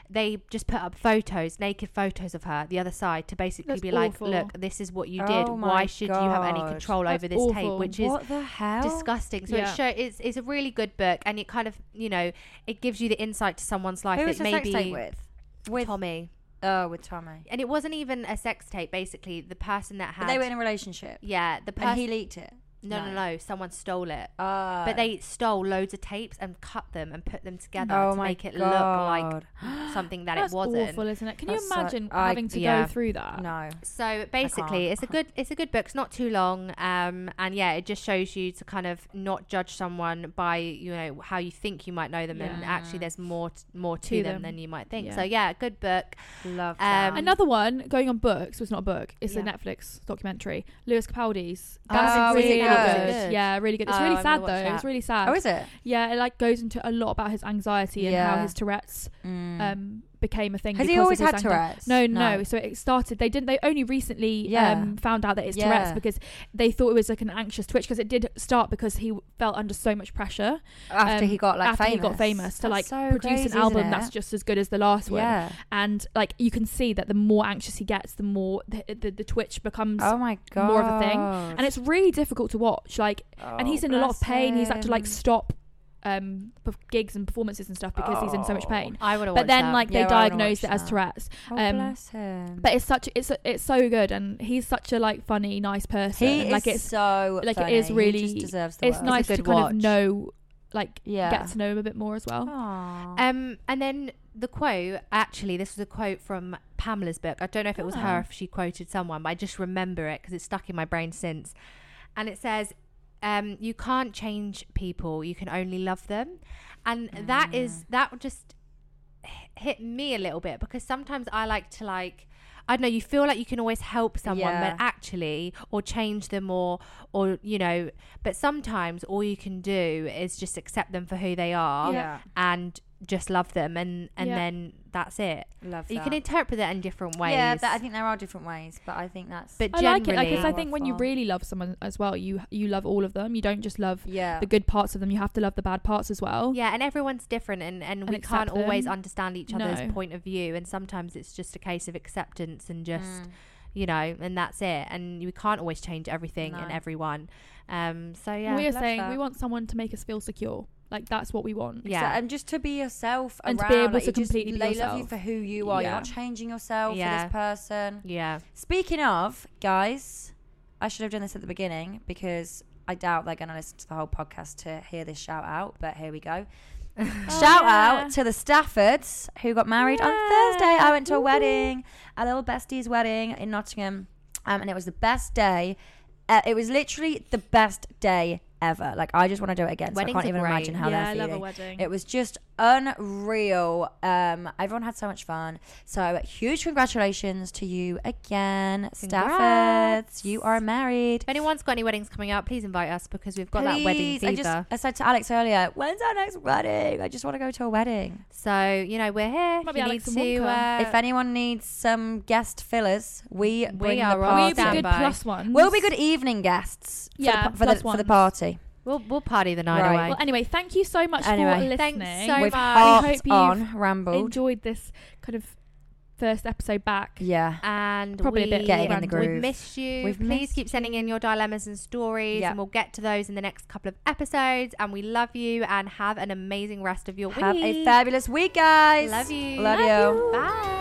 S1: They just put up photos, naked photos of her, the other side, to basically
S3: That's
S1: be
S3: awful.
S1: like, look, this is what you did.
S2: Oh my
S1: Why should you have any
S2: God.
S1: control
S3: That's
S1: over this
S3: awful.
S1: tape? Which is
S2: what the hell?
S1: disgusting. So
S3: Yeah.
S1: it show it's it's a really good book, and it kind of you know it gives you the insight to someone's life
S2: Who
S1: that
S2: was the sex
S1: maybe
S2: tape with? With
S1: Tommy,
S2: oh, with Tommy.
S1: and it wasn't even a sex tape. Basically, the person that
S2: But
S1: had
S2: they were in a relationship,
S1: yeah the
S2: and he
S1: person
S2: leaked it.
S1: no, no no someone stole it.
S2: Oh.
S1: But they stole loads of tapes and cut them and put them together
S2: Oh
S1: to
S2: my
S1: make it look
S2: God.
S1: like [GASPS] something that
S3: That's
S1: it wasn't.
S3: awful, isn't it? Can
S2: That's
S3: you
S2: so-
S3: imagine
S2: I-
S3: having to
S1: yeah.
S3: go through that?
S2: no.
S1: So basically,
S2: can't.
S1: it's a good it's a good book. It's not too long, um, and yeah, it just shows you to kind of not judge someone by you know how you think you might know them, and
S3: Yeah.
S1: actually there's more t- more to,
S3: To
S1: them,
S3: them.
S1: than you might think.
S3: Yeah.
S1: So yeah, good book.
S2: Love
S1: that. Um,
S3: Another one going on books was not a book. It's a
S1: Yeah.
S3: Netflix documentary. Lewis Capaldi's.
S1: Oh,
S3: That's
S2: is it
S3: really good.
S2: good?
S1: Is it good?
S3: Yeah, really good. It's
S1: Oh,
S3: really
S1: I'm gonna
S3: sad
S1: watch
S3: though. It's
S1: that.
S3: really sad.
S2: oh, is it?
S3: yeah, it like goes into a lot about his anxiety and
S2: Yeah. Mm.
S3: how his Tourette's um became a thing.
S2: Has he
S3: because of
S2: always
S3: his
S2: had
S3: anxiety.
S2: Tourette's?
S3: No, no, So it started. They didn't. They only recently
S2: Yeah.
S3: um, found out that it's
S2: Yeah.
S3: Tourette's because they thought it was like an anxious twitch because it did start because he felt under so much pressure
S2: After
S3: um,
S2: he got like
S3: after
S2: famous.
S3: he got famous to
S2: That's
S3: like
S2: so
S3: produce
S2: crazy,
S3: an album
S2: isn't
S3: that's
S2: it?
S3: just as good as the last one
S2: yeah.
S3: and like you can see that the more anxious he gets the more the, the, the twitch becomes
S2: Oh my god.
S3: more of a thing and it's really difficult to watch like and
S2: Oh,
S3: he's in a lot of pain he's had to like stop um perf- gigs and performances and stuff because he's in so much
S2: Oh.
S3: pain
S1: I would have.
S3: but then like
S2: Yeah,
S3: they
S2: I wanna
S3: diagnosed it
S2: watch
S3: as
S2: that.
S3: tourette's
S2: Oh,
S3: um,
S2: bless him.
S3: but it's such it's it's so good and he's such a like funny nice person
S2: he
S3: like
S2: is
S3: it's
S2: so
S3: like, it
S2: funny.
S3: is really-
S2: He just deserves the
S3: it's
S2: world.
S3: nice
S1: good
S3: to kind
S1: watch.
S3: of know like
S2: Yeah. Oh,
S3: get to know him a bit more as well
S2: Aw.
S1: Um, and then the quote actually, this was a quote from Pamela's book. I don't know if it was
S2: Ah.
S1: her, if she quoted someone, but I just remember it because it's stuck in my brain since. And it says, um, "You can't change people; you can only love them," and that
S2: Ah.
S1: is that just h- hit me a little bit because sometimes I like to like. I don't know. You feel like you can always help someone,
S2: Yeah.
S1: but actually, or change them, or, or you know. But sometimes all you can do is just accept them for who they
S3: Um,
S1: are,
S2: yeah.
S1: and just love them and and
S3: Yeah.
S1: then that's it
S2: Love that.
S1: you can interpret it in different ways
S2: Yeah, that, I think there are different ways, but I think that's
S1: but
S3: I
S1: generally
S3: like it like 'cause I think when you
S2: Powerful.
S3: really love someone as well you you love all of them you don't just love
S2: yeah.
S3: the good parts of them. You have to love the bad parts as well.
S1: yeah and everyone's different and and, we
S3: accept
S1: can't always
S3: them.
S1: understand each other's
S3: No.
S2: Mm.
S1: point of view and sometimes it's just a case of acceptance and just you know, and that's it. And you can't always change everything and
S2: No.
S1: everyone. Um, so yeah,
S6: we are
S2: love
S6: saying
S2: that.
S6: we want someone to make us feel secure. Like that's what we want.
S1: yeah,
S2: and just to be yourself
S6: And to
S2: around.
S6: be able
S2: like,
S6: to
S2: you just-
S6: completely be
S2: they love you
S6: yourself.
S2: for who you are. You're
S6: Yeah.
S2: not changing yourself for
S1: Yeah.
S2: this person.
S1: yeah,
S2: Speaking of, guys, I should have done this at the beginning because I doubt they're going to listen to the whole podcast to hear this shout out, but here we go.
S6: Oh,
S2: shout
S6: yeah.
S2: out to the Staffords who got married on Thursday. I went to a wedding, a little bestie's wedding in Nottingham, um, and it was the best day. Uh, it was literally the best day ever. Like, I just want to do it again. So I
S1: Weddings
S2: can't
S1: are
S2: even
S1: great.
S2: imagine how
S6: yeah, I
S2: they're
S6: love a
S2: feeling.
S6: wedding.
S2: It was just unreal. Um, everyone had so much fun. So huge congratulations to you again, Staffords. You are married.
S1: If anyone's got any weddings coming up, please invite us because we've got that wedding
S2: Please. I
S1: fever.
S2: just I said to Alex earlier, when's our next wedding? I just want to go to a wedding.
S1: so you know we're here.
S6: Might
S1: If
S6: be
S1: you need
S6: Alex and
S1: to,
S6: Wonka.
S1: uh,
S2: if anyone needs some guest fillers, we bring the
S1: are
S6: We'll
S1: on
S2: party.
S6: be good
S1: standby.
S6: plus one.
S2: We'll be good evening guests. for the
S6: Yeah,
S2: pa- for
S6: plus
S2: the, for the
S6: ones.
S2: party.
S1: we'll we'll party the night
S2: Right.
S1: away.
S6: Well, anyway, thank you so much for
S2: Anyway,
S6: listening.
S1: thanks so
S2: We've
S1: much.
S2: harped
S6: I hope you've
S2: on, rambled.
S6: Enjoyed this kind of first episode back.
S2: yeah.
S1: and
S6: Probably a
S1: we,
S6: bit
S2: Getting in the
S6: random.
S1: We
S2: groove.
S1: miss you.
S2: We've
S1: Please
S2: missed
S1: keep sending in your dilemmas and stories,
S2: Yeah.
S1: and we'll get to those in the next couple of episodes. And we love you, and have an amazing rest of your
S2: Have
S1: week.
S2: a fabulous week, guys.
S1: Love you.
S2: Love, you.
S1: Bye.